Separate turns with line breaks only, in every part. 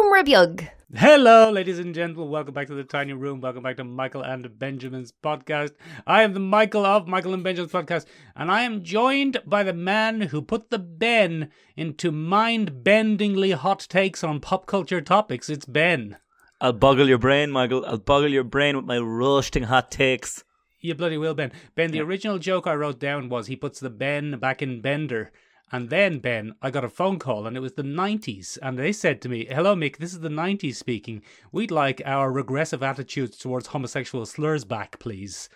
Shomrabyug.
Hello, ladies and gentlemen. Welcome back to the tiny room. Welcome back to Michael and Benjamin's podcast. I am the Michael of Michael and Benjamin's podcast, and I am joined by the man who put the Ben into mind bendingly hot takes on pop culture topics. It's Ben.
I'll boggle your brain, Michael. I'll boggle your brain with my roasting hot takes.
You bloody will, Ben. Ben, the original joke I wrote down was he puts the Ben back in Bender. And then, Ben, I got a phone call and it was the 90s. And they said to me, Hello, Mick, this is the 90s speaking. We'd like our regressive attitudes towards homosexual slurs back, please.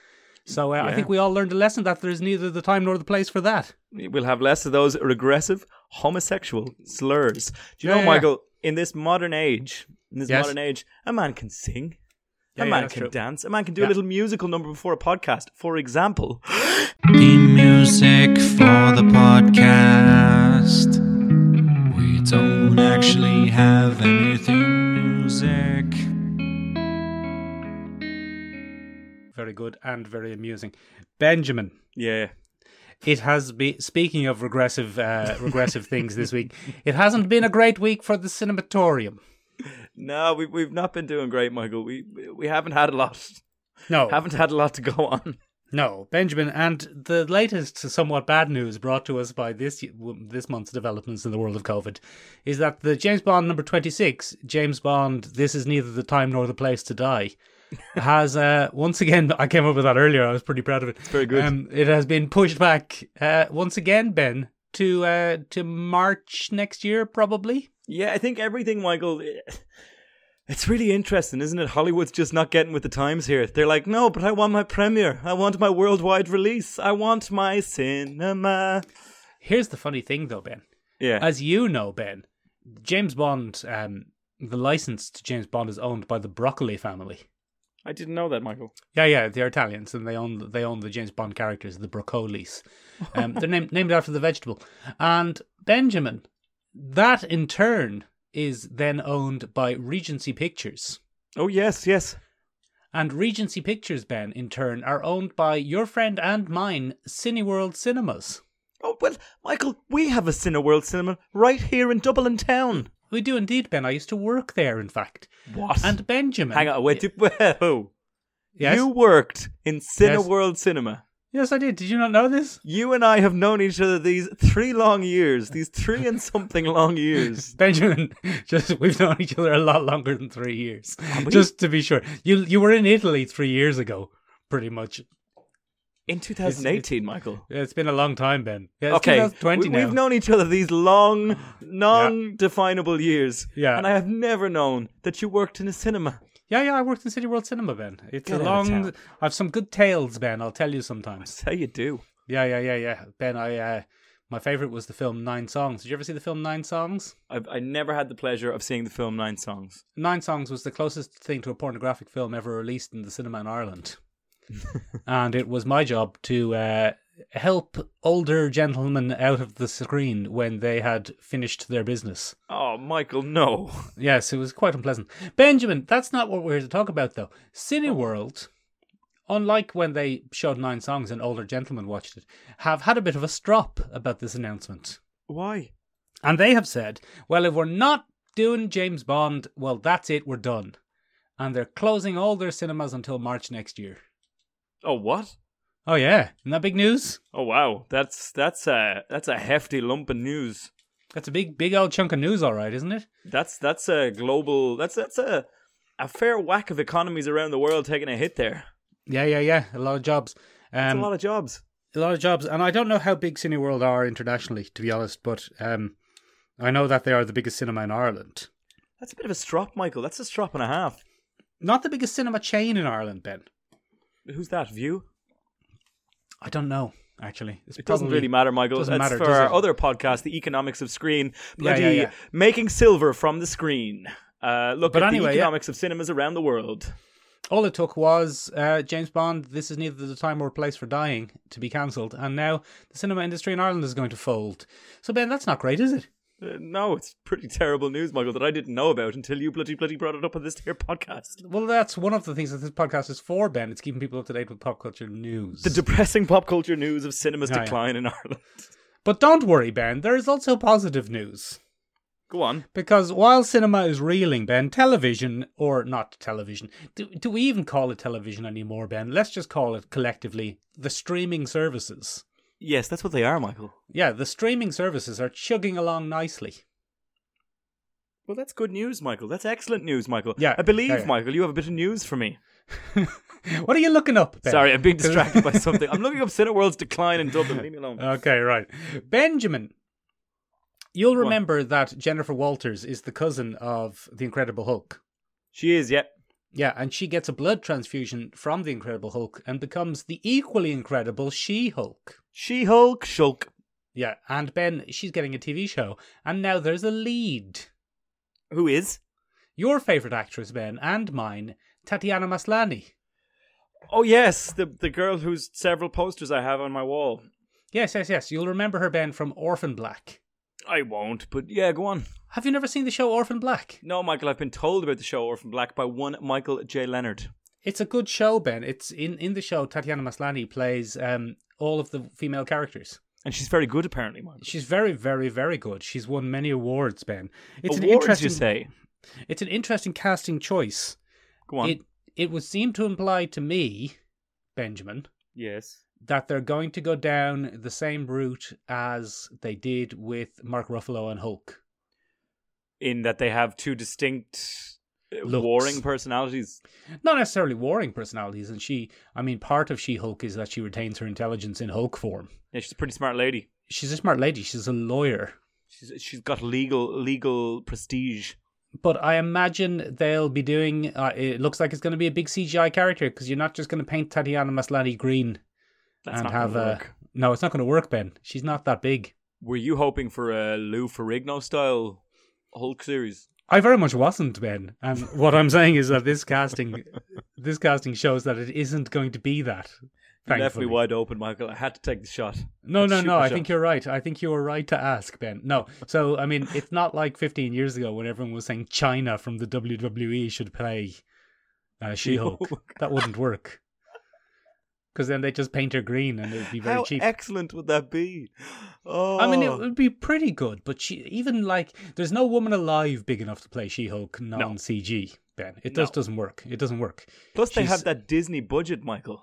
So uh, I
Yeah.
think we all learned a lesson that there is neither the time nor the place for that.
We'll have less of those regressive homosexual slurs. Do you
Yeah,
know,
yeah,
Michael, in this modern age, in this
Yes.
modern age, a man can sing.
Yeah,
a
yeah,
man
that's
can
true.
dance. A man can do
Yeah.
a little musical number before a podcast. For example,
The music for the podcast. We don't actually have anything music.
Very good and very amusing. Benjamin.
yeah,
It has been speaking of regressive, uh, regressive things this week. It hasn't been a great week for the Cinematorium.
no, we, we've not been doing great, Michael. We we haven't had a lot.
No,
Haven't had a lot to go on.
No, Benjamin, and the latest somewhat bad news brought to us by this this month's developments in the world of COVID is that the James Bond number 26, James Bond This Is Neither the Time Nor the Place to Die, has uh, once again, I came up with that earlier, I was pretty proud of it. It's
very good.
Um, it has been pushed back uh, once again, Ben, to uh, to March next year, probably.
Yeah, I think everything, Michael. eh, It's really interesting, isn't it? Hollywood's just not getting with the times here. They're like, no, but I want my premiere. I want my worldwide release. I want my cinema.
Here's the funny thing, though, Ben.
Yeah.
As you know, Ben, James Bond, um, the license to James Bond is owned by the Broccoli family.
I didn't know that, Michael.
Yeah, yeah, they're Italians and they own they own the James Bond characters, the Broccolis. Um, they're named named after the vegetable. And Benjamin, that in turn is then owned by Regency Pictures.
Oh, yes, yes.
And Regency Pictures, Ben, in turn, are owned by your friend and mine, Cineworld Cinemas.
Oh, well, Michael, we have a Cineworld cinema right here in Dublin town.
We do indeed, Ben. I used to work there, in fact.
What?
And Benjamin.
Hang on, wait. Did, whoa.
Yes?
You worked in Cineworld Cinema.
Yes, I did. Did you not know this?
You and I have known each other these three long years, these three and something long years.
Benjamin, just we've known each other a lot longer than three years. Just to be sure, you you were in Italy three years ago, pretty much.
In 2018, Michael.
Yeah, It's been a long time, Ben. Yeah, it's
okay,
2020
we,
now.
have known each other these long, non-definable years,
Yeah.
and I have never known that you worked in a cinema.
yeah, yeah, I worked in City World Cinema, Ben. It's
Get
a
out of
long.
town.
I've some good tales, Ben. I'll tell you sometimes.
That's how you do.
Yeah, yeah, yeah, yeah, Ben. I uh, my favorite was the film Nine Songs. Did you ever see the film Nine Songs?
I've, I never had the pleasure of seeing the film Nine Songs.
Nine Songs was the closest thing to a pornographic film ever released in the cinema in Ireland. and it was my job to uh, help older gentlemen out of the screen when they had finished their business.
Oh, Michael, no.
Yes, it was quite unpleasant. Benjamin, that's not what we're here to talk about, though. Cineworld, unlike when they showed Nine Songs and older gentlemen watched it, have had a bit of a strop about this announcement.
Why?
And they have said, well, if we're not doing James Bond, well, that's it, we're done. And they're closing all their cinemas until March next year.
Oh, what?
Oh, yeah. Isn't that big news?
Oh, wow. That's that's a that's a hefty lump of news.
That's a big, big old chunk of news, all right, isn't it?
That's that's a global. That's that's a a fair whack of economies around the world taking a hit there.
Yeah, yeah, yeah. A lot of jobs.
That's
Um,
a lot of jobs.
a lot of jobs. And I don't know how big Cineworld are internationally, to be honest, but um, I know that they are the biggest cinema in Ireland.
That's a bit of a strop, Michael. That's a strop and a half.
Not the biggest cinema chain in Ireland, Ben.
Who's that? View.
I don't know, actually. It's
It doesn't
probably-
really matter, Michael.
doesn't
That's
matter,
for
does
our
it?
other podcast, The Economics of Screen.
Yeah, yeah,
Bloody
yeah.
making silver from the screen. Uh, look
But
at
anyway,
the
yeah.
economics of cinemas around the world.
all it took was uh, James Bond, this is neither the time or place for dying, to be cancelled. And now the cinema industry in Ireland is going to fold. So, Ben, that's not great, is it?
Uh, no, it's pretty terrible news, Michael, that I didn't know about until you bloody bloody brought it up on this here podcast.
Well, that's one of the things that this podcast is for, Ben. It's keeping people up to date with pop culture news.
The depressing pop culture news of cinema's
Yeah, yeah.
decline in Ireland.
but don't worry, Ben, there is also positive news.
Go on.
Because while cinema is reeling, Ben, television, or not television, do, do we even call it television anymore, Ben? Let's just call it collectively the streaming services.
Yes, that's what they are, Michael.
Yeah, the streaming services are chugging along nicely.
Well, that's good news, Michael. That's excellent news, Michael.
Yeah,
I believe,
yeah, yeah.
Michael, you have a bit of news for me.
What are you looking up, Ben?
Sorry, I'm being distracted by something. I'm looking up Cineworld's decline in Dublin. Leave me alone.
Okay, right. Benjamin. You'll remember that Jennifer Walters is the cousin of the Incredible Hulk.
she is, yeah.
Yeah, and she gets a blood transfusion from the Incredible Hulk and becomes the equally incredible She Hulk.
She Hulk, Shulk.
Yeah, and Ben, she's getting a TV show, and now there's a lead.
Who is?
Your favourite actress, Ben, and mine, Tatiana Maslany.
Oh, yes, the, the girl whose several posters I have on my wall.
Yes, yes, yes. You'll remember her, Ben, from Orphan Black.
I won't, but yeah, go on.
Have you never seen the show Orphan Black?
No, Michael, I've been told about the show Orphan Black by one Michael J. Leonard.
It's a good show, Ben. It's in, in the show Tatiana Maslany plays um, all of the female characters.
And she's very good, apparently, Michael.
She's very, very, very good. She's won many awards, Ben. It's an
Awards,
interesting
you say?
It's an interesting casting choice.
Go on.
It it would seem to imply to me, Benjamin,
yes.
that they're going to go down the same route as they did with Mark Ruffalo and Hulk.
In that they have two distinct, uh,
Looks.
warring personalities.
Not necessarily warring personalities, and she I mean part of She Hulk is that she retains her intelligence in Hulk form.
Yeah, she's a pretty smart lady.
She's a smart lady, she's a lawyer.
She's she's got legal legal prestige.
But I imagine they'll be doing. Uh, it looks like it's going to be a big CGI character because you're not just going to paint Tatiana Maslany green
That's
and
not
have
gonna
a.
work.
No, it's not going to work, Ben. She's not that big.
Were you hoping for a Lou Ferrigno style Hulk series?
I very much wasn't, Ben. And what I'm saying is that this casting, this casting shows that it isn't going to be that.
You left me
thankfully.
wide open, Michael. I had to take the shot.
No, no,
Shoot
no.
the
I
shot.
think you're right. I think you were right to ask, Ben. No. So, I mean, it's not like 15 years ago when everyone was saying China from the WWE should play uh, She Hulk. that wouldn't work. Because then they just paint her green and it would be very
How
cheap.
excellent would that be? Oh,
I mean, it would be pretty good, but she, even like, there's no woman alive big enough to play She Hulk non CG, Ben. It just doesn't work. It doesn't work.
plus they
she's-
have that Disney budget, Michael.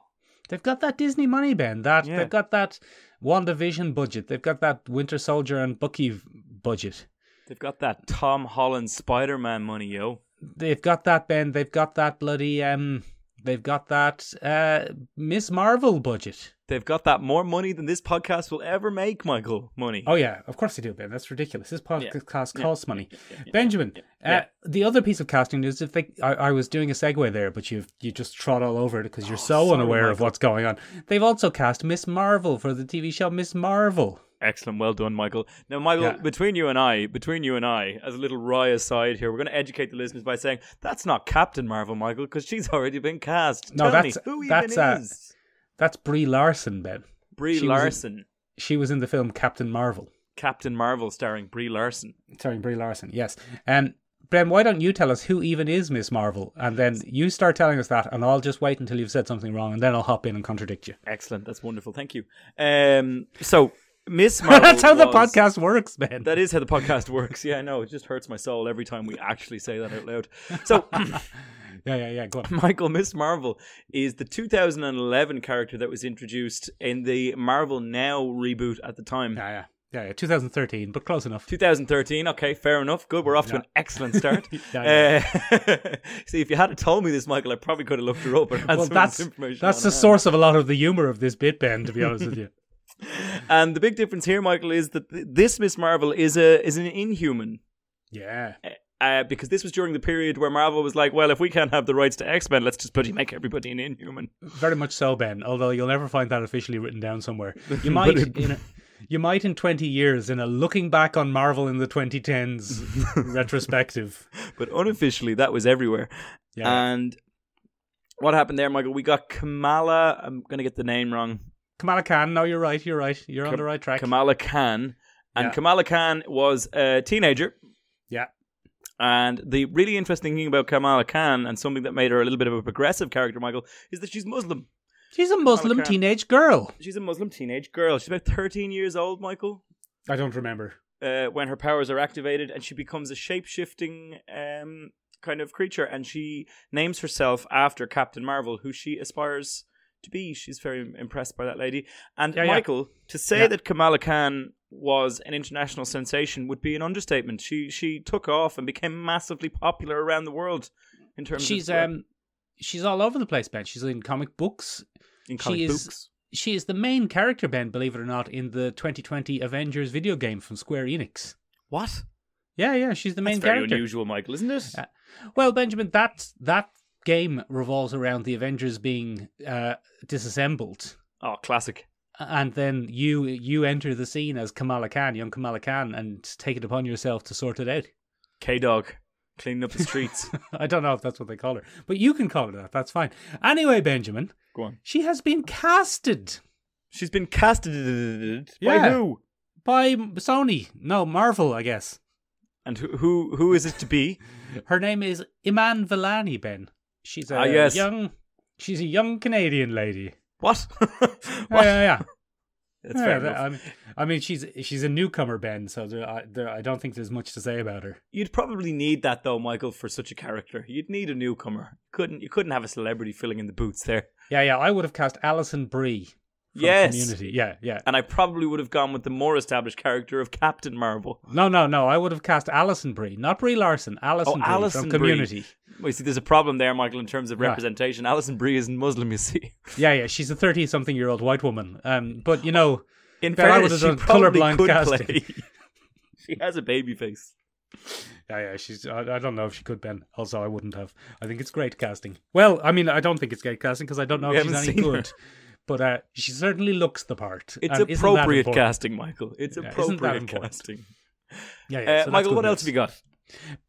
They've got that Disney money, Ben. That
Yeah.
they've got that WandaVision budget. They've got that Winter Soldier and Bucky v- budget.
They've got that Tom Holland Spider Man money, yo.
They've got that Ben. They've got that bloody um. They've got that uh Miss Marvel budget.
They've got that more money than this podcast will ever make, Michael. Money.
Oh yeah, of course they do, Ben. That's ridiculous. This podcast
Yeah.
costs money. Benjamin,
Yeah.
Uh, the other piece of casting news. If they, I, I was doing a segue there, but you you just trod all over it because you're so
Oh, sorry,
unaware of
Michael.
what's going on. They've also cast Miss Marvel for the TV show Miss Marvel.
Excellent, well done, Michael. Now, Michael,
Yeah.
between you and I, between you and I, as a little wry aside here, we're going to educate the listeners by saying that's not Captain Marvel, Michael, because she's already been cast.
No,
Tell
that's-
me, who
that's,
even
uh,
is
That's Brie Larson, Ben. she
Brie
was in-
Larson?
she was in the film Captain Marvel.
Captain Marvel, starring Brie Larson.
Sorry, Brie Larson. Yes. Um, Bren, why don't you tell us who even is Miss Marvel, and then you start telling us that, and I'll just wait until you've said something wrong, and then I'll hop in and contradict you.
Excellent, that's wonderful. Thank you. Um, so Miss Marvel.
That's how the
was-
podcast works, Ben.
That is how the podcast works. Yeah, I know. It just hurts my soul every time we actually say that out loud. So,
yeah, yeah, yeah. Go on.
Michael Miss Marvel is the 2011 character that was introduced in the Marvel Now reboot at the time.
Yeah, yeah, yeah, yeah. 2013, but close enough.
2013. Okay, fair enough. Good. We're off to an excellent start.
Yeah,
Uh, see, if you had told me this, Michael, I probably could have looked her up. And had
Well,
some of
that's
this information
that's
on
the
hand.
source of a lot of the humor of this bit, Ben. To be honest with you.
And the big difference here, Michael, is that th- this Miss Marvel is a is an Inhuman.
Yeah.
Uh, because this was during the period where Marvel was like, well, if we can't have the rights to X Men, let's just bloody make everybody an Inhuman.
Very much so, Ben. Although you'll never find that officially written down somewhere. You might in a, you might in twenty years in a looking back on Marvel in the twenty tens retrospective.
But unofficially, that was everywhere.
Yeah,
And what happened there, Michael? We got Kamala. I'm going to get the name wrong.
Kamala Khan. No, you're right. You're right. You're on
Kam-
the right track.
Kamala Khan. And
Yeah.
Kamala Khan was a teenager.
Yeah.
And the really interesting thing about Kamala Khan and something that made her a little bit of a progressive character, Michael, is that she's Muslim.
She's a Muslim
Khan.
teenage girl.
She's a Muslim teenage girl. She's about 13 years old, Michael.
I don't remember.
uh, when her powers are activated, and she becomes a shape shifting um, kind of creature, and she names herself after Captain Marvel, who she aspires to be. She's very impressed by that lady. And
Yeah, yeah.
Michael, to say
Yeah.
that Kamala Khan was an international sensation would be an understatement. She she took off and became massively popular around the world in terms
She's
of uh,
um, she's all over the place, Ben. She's in comic books.
in comic
she is-
books.
She is the main character, Ben. Believe it or not, in the 2020 Avengers video game from Square Enix.
What?
Yeah, yeah, she's the main
That's very
character.
unusual, Michael, isn't it?
Uh, Well, Benjamin, that that game revolves around the Avengers being uh, disassembled,
oh, classic.
and then you you enter the scene as Kamala Khan, young Kamala Khan, and take it upon yourself to sort it out.
K Dog cleaning up the streets.
I don't know if that's what they call her, but you can call her that. That's fine. Anyway, Benjamin,
Go on.
she has been casted
She's been casted by
Yeah.
who?
by Sony. No, Marvel, I guess.
And who who who is it to be?
Her name is Iman Vellani. Ben. She's a
Ah, yes.
young. She's a young Canadian lady.
What?
Yeah,
what?
yeah, yeah.
That's
Yeah,
fair
that-
enough.
I mean, I mean, she's she's a newcomer, Ben. So there, I, there, I don't think there's much to say about her.
You'd probably need that though, Michael, for such a character. You'd need a newcomer. Couldn't you couldn't have a celebrity filling in the boots there.
Yeah, yeah. I would have cast Alison Brie. From
Yes.
Community. Yeah, yeah.
And I probably would have gone with the more established character of Captain Marvel.
No, no, no. I would have cast Alison Brie, not Brie Larson. Alison Brie
Oh, Alison
from
Brie.
Community.
Well, you see, there's a problem there, Michael, in terms of
Yeah.
representation. Alison Brie isn't Muslim, you see.
Yeah, yeah. She's a thirty-something-year-old white woman. Um, but you know,
In
But I
fairness,
would
she
have done
probably
colourblind
could
casting.
play. she has a baby face.
yeah, yeah. She's. I, I don't know if she could, Ben. Also, I wouldn't have. I think it's great casting. Well, I mean, I don't think it's great casting because I don't know
We
if she's
haven't
any
seen her.
good. But uh, she certainly looks the part.
It's
and isn't that
appropriate
important?
casting, Michael. It's
Yeah, isn't that
appropriate
important?
casting.
Yeah, yeah.
Uh,
so that's
Michael,
good
what
news.
else have you got?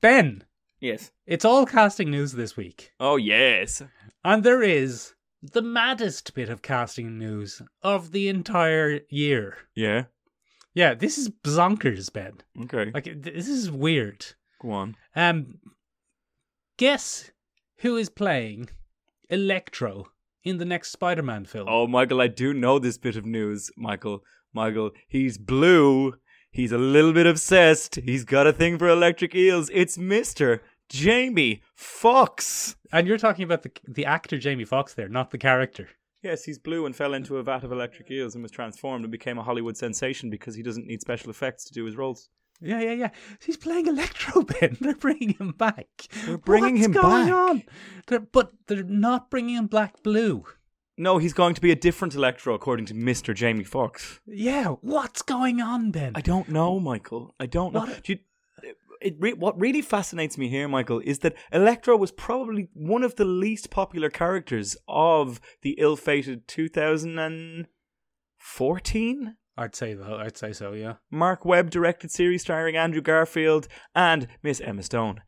Ben,
Yes.
it's all casting news this week.
Oh yes.
And there is the maddest bit of casting news of the entire year.
Yeah.
Yeah, this is bonkers, Ben.
Okay.
Like th- this is weird.
Go on.
Um, guess who is playing Electro in the next Spider-Man film?
Oh, Michael, I do know this bit of news, Michael. Michael, he's blue. He's a little bit obsessed. He's got a thing for electric eels. It's Mister Jamie Fox.
And you're talking about the the actor Jamie Foxx there, not the character.
Yes, he's blue and fell into a vat of electric eels and was transformed and became a Hollywood sensation because he doesn't need special effects to do his roles.
Yeah, yeah, yeah. He's playing Electro Ben. They're bringing him back.
They're bringing
What's
him
going
back.
on? They're, but they're not bringing him Black Blue.
No, he's going to be a different Electro, according to Mister Jamie Fox.
Yeah, what's going on, Ben?
I don't know, Michael. I don't know.
What-
Do you- it re- what really fascinates me here, Michael, is that Electro was probably one of the least popular characters of the ill-fated 2014
I'd say though. I'd say so. Yeah.
Mark Webb directed series starring Andrew Garfield and Miss Emma Stone.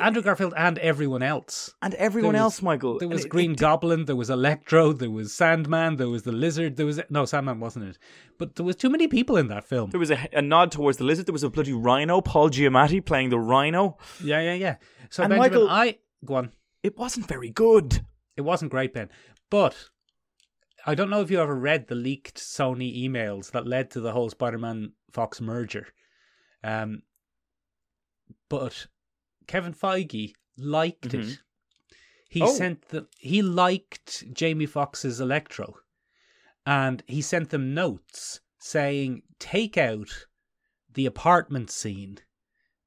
Andrew Garfield and everyone else.
And everyone
There was-
else, Michael.
There
And
was
it-
Green Goblin. There was Electro. There was Sandman. There was the Lizard. There was no Sandman wasn't it, but there was too many people in that film.
There was a, a nod towards the lizard. There was a bloody rhino, Paul Giamatti playing the rhino.
Yeah, yeah, yeah. So
And
Benjamin,
Michael-
I go on.
It wasn't very good.
It wasn't great, Ben, but I don't know if you ever read the leaked Sony emails that led to the whole Spider-Man Fox merger. Um, but Kevin Feige liked
Mhm.
it. He
Oh.
sent the he liked Jamie Foxx's Electro, and he sent them notes saying, "Take out the apartment scene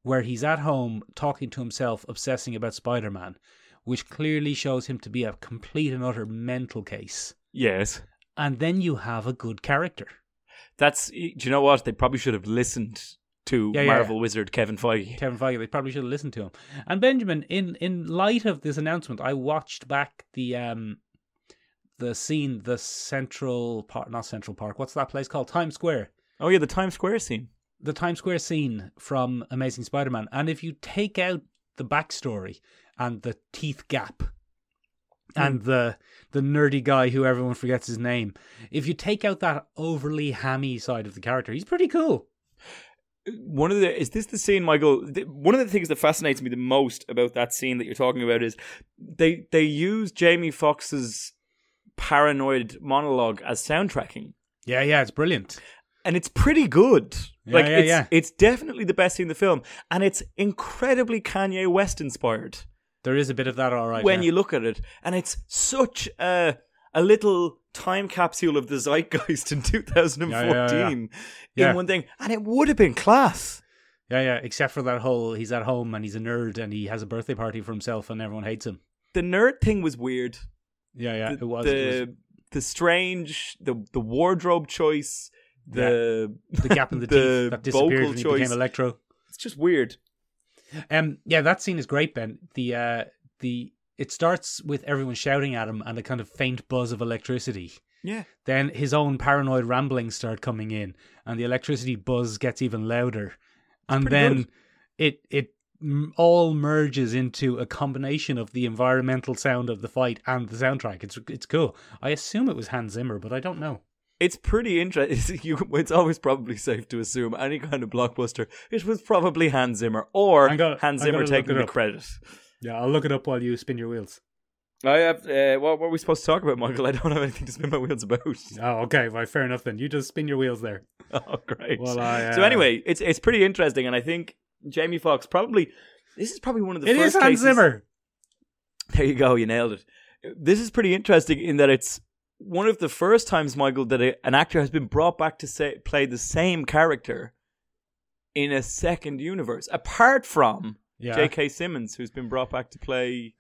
where he's at home talking to himself, obsessing about Spider-Man." Which clearly shows him to be a complete and utter mental case
Yes.
and then you have a good character.
That's. Do you know what? They probably should have listened to
Yeah, yeah,
Marvel wizard Kevin Feige.
Kevin Feige, they probably should have listened to him. And Benjamin, in in light of this announcement, I watched back the um the scene, the Central Park, not Central Park. What's that place called? Times Square.
Oh yeah, the Times Square scene.
The Times Square scene from Amazing Spider-Man. And if you take out the backstory and the teeth gap and the the nerdy guy who everyone forgets his name, if you take out that overly hammy side of the character, he's pretty cool.
Uh, One of the is this the scene, Michael? th- One of the things that fascinates me the most about that scene that you're talking about is they they use Jamie Foxx's paranoid monologue as soundtracking.
Yeah, yeah, it's brilliant.
and it's pretty good.
Yeah,
like
yeah,
it's
yeah.
it's definitely the best thing in the film, and it's incredibly Kanye West inspired
There is a bit of that, all right.
when
yeah.
you look at it, and it's such a a little time capsule of the zeitgeist in 2014
Yeah, yeah,
in
Yeah.
one thing, and it would have been class.
yeah, yeah. Except for that whole he's at home and he's a nerd and he has a birthday party for himself and everyone hates him.
The nerd thing was weird.
Yeah, yeah.
the,
it was.
the,
it
the strange the the wardrobe choice the
was the gap in the,
the
teeth that disappeared
vocal
when he
choice.
became Electro.
it's just weird
Um, yeah, that scene is great, Ben. The uh, the it starts with everyone shouting at him and a kind of faint buzz of electricity.
yeah
Then his own paranoid ramblings start coming in, and the electricity buzz gets even louder, and
pretty
then
good.
it it m- all merges into a combination of the environmental sound of the fight and the soundtrack. It's it's cool. I assume it was Hans Zimmer, but I don't know.
it's pretty interesting you it's always probably safe to assume any kind of blockbuster it was probably Hans Zimmer or
I'm gonna-
Hans
I'm
Zimmer
gonna look
taking
it up.
the credit
Yeah, I'll look it up while you spin your wheels.
I have uh, what were we supposed to talk about Michael I don't have anything to spin my wheels about
Oh, okay, well, fair enough then. You just spin your wheels there.
oh great
Well, I,
so
uh,
anyway it's it's pretty interesting and I think Jamie Foxx probably this is probably one of the
It uh, is
first
Hans
cases,
Zimmer.
There you go. You nailed it. This is pretty interesting in that it's one of the first times, Michael, that a, an actor has been brought back to say, play the same character in a second universe, apart from
Yeah.
J.K. Simmons, who's been brought back to play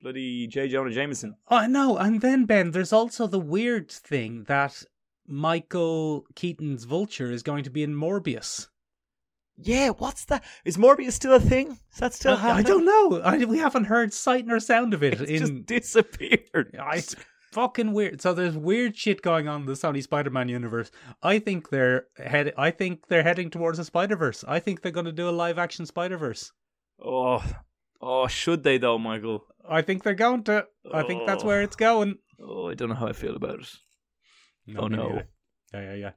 bloody J. Jonah Jameson.
Oh no, and then Ben, there's also the weird thing that Michael Keaton's Vulture is going to be in Morbius.
Yeah, what's that? Is Morbius still a thing? Is that still
Uh, I, I
happening?
don't know. I, we haven't heard sight nor sound of it
It's
in.
just disappeared.
I- it's fucking weird. So there's weird shit going on in the Sony Spider-Man universe. I think they're head. I think they're heading towards a Spider Verse. I think they're going to do a live action Spider Verse.
Oh, oh, should they though, Michael?
I think they're going to. I think that's where it's going.
Oh, I don't know how I feel about it. Oh,
me
no.
neither. Yeah, yeah, yeah.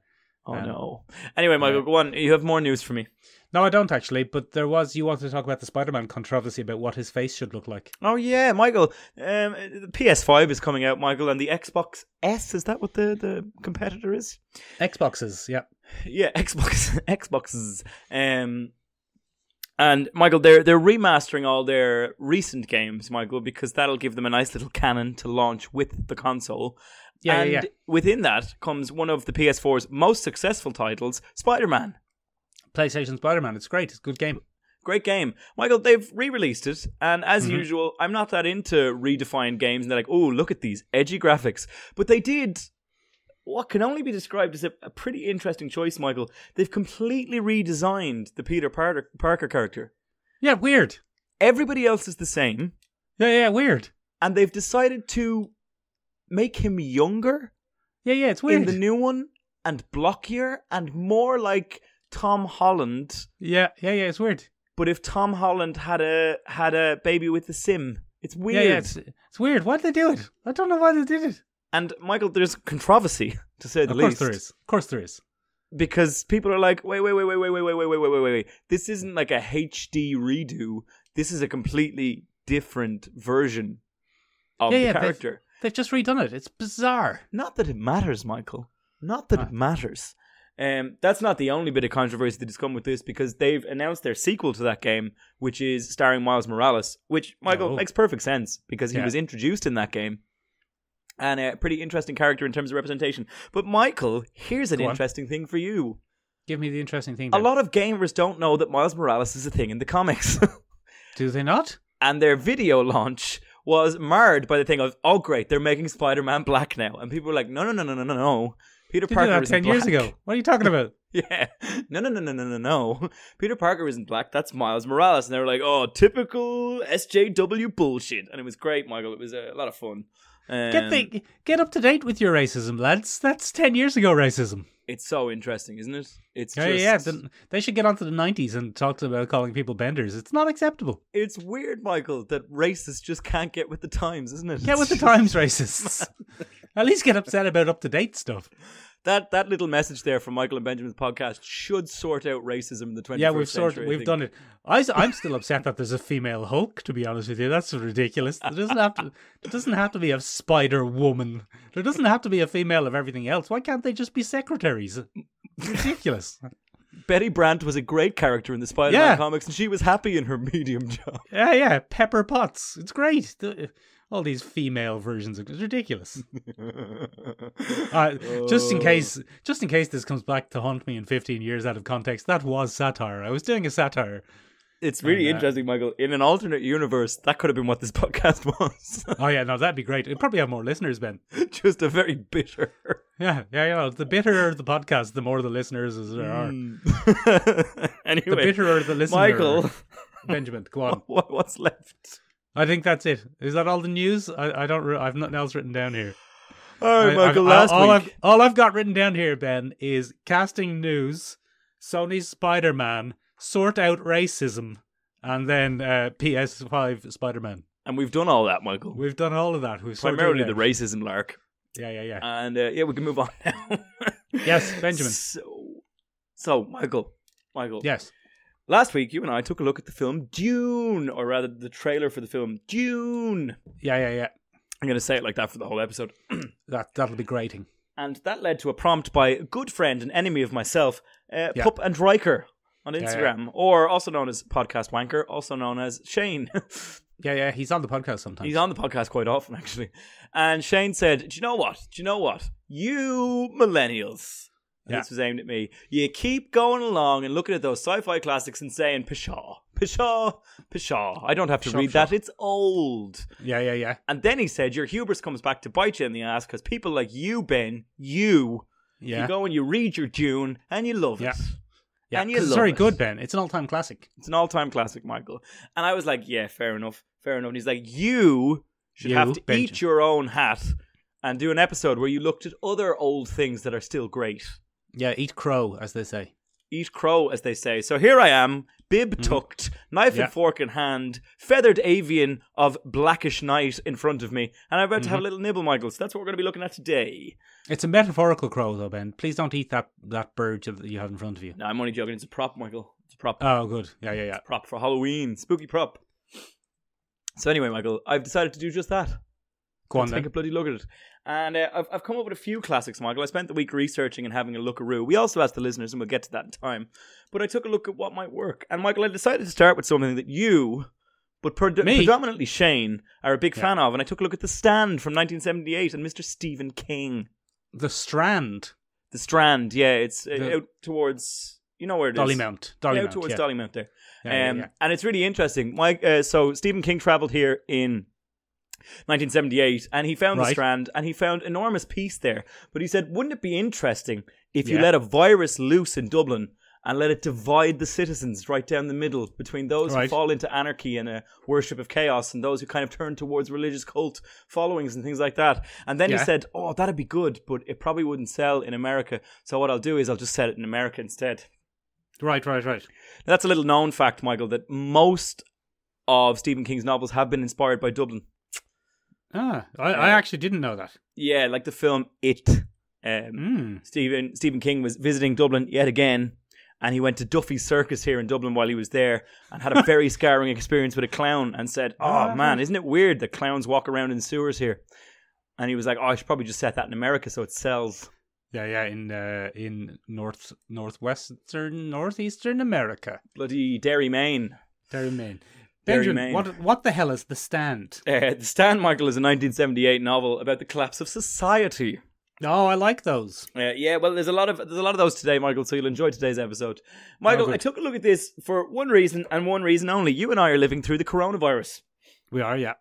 Oh
Um,
no. Anyway, Michael, go on. You have more news for me.
No, I don't actually. But there was. You wanted to talk about the Spider-Man controversy about what his face should look like.
Oh yeah, Michael. Um, the PS5 is coming out, Michael, and the Xbox S is that what the, the competitor is?
Xboxes. Yeah.
Yeah, Xbox Xboxes. Um, and Michael, they're they're remastering all their recent games, Michael, because that'll give them a nice little cannon to launch with the console.
Yeah,
and
yeah, yeah.
within that comes one of the PS4's most successful titles, Spider-Man.
PlayStation Spider-Man. It's great. It's a good game.
Great game. Michael, they've re released it. And as usual, I'm not that into redefined games. And they're like, oh, look at these edgy graphics. But they did what can only be described as a, a pretty interesting choice, Michael. They've completely redesigned the Peter Parker, Parker character.
Yeah. Weird.
Everybody else is the same.
Yeah, yeah. Weird.
And they've decided to make him younger
Yeah, yeah. It's weird.
in the new one and blockier and more like Tom Holland.
yeah, yeah, yeah. It's weird.
But if Tom Holland had a had a baby with a sim, it's weird.
Yeah, yeah, it's, it's weird. Why'd they do it? I don't know why they did it.
And Michael, there's controversy to say the
of course
least.
there is. Of course there is.
Because people are like, wait, wait, wait, wait, wait, wait, wait, wait, wait, wait, wait, wait, wait. This isn't like a HD redo. This is a completely different version of
Yeah,
the
yeah, but-
character.
They've just redone it. It's bizarre.
Not that it matters, Michael. Not that
Ah.
it matters. Um, that's not the only bit of controversy that has come with this because they've announced their sequel to that game, which is starring Miles Morales, which, Michael,
Oh.
makes perfect sense because he
Yeah.
was introduced in that game and a pretty interesting character in terms of representation. But, Michael, here's an
Go on.
interesting thing for you.
Give me the interesting thing.
A
then.
lot of gamers don't know that Miles Morales is a thing in the comics.
Do they not?
and their video launch was marred by the thing of oh great they're making Spider-Man black now and people were like no no no no no no no Peter
They did
Parker
that
isn't
ten years
black."
ago. What are you talking about?
yeah no no no no no no no Peter Parker isn't black that's Miles Morales and they were like oh typical SJW bullshit and it was great Michael it was a lot of fun um,
get the, get up to date with your racism, lads. That's ten years ago racism.
it's so interesting isn't it it's
Yeah,
just
yeah. yeah. Then They should get onto the nineties and talk to about calling people benders. It's not acceptable.
it's weird Michael that racists just can't get with the times isn't it
Get with the
It's
times, racists. At least get upset about up to date stuff.
That that little message there from Michael and Benjamin's podcast should sort out racism in the 21st
Yeah, we've
century.
sorted. We've done it. I, am still upset that there's a female Hulk. To be honest with you, that's ridiculous. There doesn't have to. There doesn't have to be a Spider Woman. There doesn't have to be a female of everything else. Why can't they just be secretaries? Ridiculous.
Betty Brant was a great character in the Spider-Man
Yeah.
comics, and she was happy in her medium job.
yeah, yeah. Pepper Potts. It's great. The- all these female versions. Of, it's ridiculous. Uh, Just in case, just in case this comes back to haunt me in 15 years out of context, that was satire. I was doing a satire.
It's really
And, uh,
interesting, Michael. In an alternate universe, that could have been what this podcast was.
Oh yeah, no, that'd be great. It'd probably have more listeners, Ben.
Just a very bitter.
Yeah, yeah, yeah. The bitterer the podcast, the more the listeners as there
Mm,
are.
Hmm.
The
anyway,
bitterer the listener.
Michael,
Benjamin, go on.
what, what's left?
I think that's it. Is that all the news? I, I don't. Re- I've nothing else written down here.
All right,
I-
Michael.
I've-
last
all,
week,
I've, all I've got written down here, Ben, is casting news, Sony's Spider Man, sort out racism, and then uh, PS5 Spider Man.
and we've done all that, Michael.
We've done all of that. We've sorted
Primarily
it
the
out.
racism lark,
Yeah, yeah, yeah.
and uh, yeah, we can move on now.
Yes, Benjamin.
So, so Michael, Michael.
yes.
Last week, you and I took a look at the film Dune, or rather, the trailer for the film Dune.
Yeah, yeah, yeah.
I'm going to say it like that for the whole episode.
That that'll be grating.
And that led to a prompt by a good friend and enemy of myself, uh,
Yeah.
Pup and Riker on
yeah.
Instagram, or also known as Podcast Wanker, also known as Shane.
Yeah, yeah. He's on the podcast sometimes.
He's on the podcast quite often, actually. And Shane said, Do you know what? Do you know what? You millennials. And
Yeah.
This was aimed at me. You keep going along and looking at those sci fi classics and saying, Pshaw, Pshaw, Pshaw. I don't have to
Pshaw,
read that. It's old.
Yeah, yeah, yeah.
And then he said, Your hubris comes back to bite you in the ass because people like you, Ben, you,
Yeah.
you go and you read your Dune and you love
Yeah.
it.
yeah.
and you
'cause it's
love
very
it.
good, Ben. It's an all-time classic.
It's an all time classic, Michael. And I was like, yeah, fair enough, fair enough. And he's like, you should
You,
have to
Benjamin.
eat your own hat and do an episode where you looked at other old things that are still great.
Yeah, eat crow, as they say.
Eat crow, as they say. So here I am, bib tucked, knife
Mm-hmm. Yeah.
and fork in hand, feathered avian of blackish night in front of me, and I'm
Mm-hmm.
about to have a little nibble, Michael. So that's what we're going to be looking at today.
It's a metaphorical crow, though, Ben. Please don't eat that that bird that you have in front of you.
No, I'm only joking. It's a prop, Michael. It's a prop.
Oh, good. Yeah, yeah, yeah.
prop for Halloween. Spooky prop. So anyway, Michael, I've decided to do just that.
Go on
Take a
then.
bloody look at it. And uh, I've, I've come up with a few classics, Michael. I spent the week researching and having a lookaroo. We also asked the listeners, and we'll get to that in time. But I took a look at what might work. And Michael, I decided to start with something that you, but pred-
Me?
predominantly Shane, are a big
Yeah.
fan of. And I took a look at The Stand from 1978 and Mr. Stephen King.
The Strand,
The Strand, yeah, it's uh,
The-
out towards, you know where it is.
Dollymount, Dollymount.
out towards
yeah.
Dollymount there.
Yeah, yeah,
um,
yeah.
And it's really interesting. Mike, uh, so Stephen King traveled here in 1978, and he found the
Right.
Strand, and he found enormous peace there. But he said, "Wouldn't it be interesting if you
Yeah.
let a virus loose in Dublin?" And let it divide the citizens right down the middle between those who
Right.
fall into anarchy and a worship of chaos and those who kind of turn towards religious cult followings and things like that. And then he
Yeah.
said, Oh, that'd be good, but it probably wouldn't sell in America. So what I'll do is I'll just set it in America instead.
Right, right, right.
Now, That's a little known fact, Michael, that most of Stephen King's novels have been inspired by Dublin.
Ah, I, I actually didn't know that.
Yeah, like the film It. Um,
Mm.
Stephen Stephen King was visiting Dublin yet again, and he went to Duffy's Circus here in Dublin while he was there, and had a very scarring experience with a clown, and said, "Oh
Ah.
man, isn't it weird that clowns walk around in sewers here?" And he was like, "Oh, I should probably just set that in America so it sells."
Yeah, yeah. In uh, in north northwestern northeastern America,
Bloody Derry, Maine.
Derry, Maine.
Derry,
Benjamin,
Maine.
what what the hell is the stand?
Uh, the Stand, Michael, is a 1978 novel about the collapse of society.
Oh, I like those.
Uh, yeah, well, there's a lot of there's a lot of those today, Michael. So you'll enjoy today's episode, Michael.
good.
I took a look at this for one reason and one reason only. You and I are living through the coronavirus,
We are, yeah.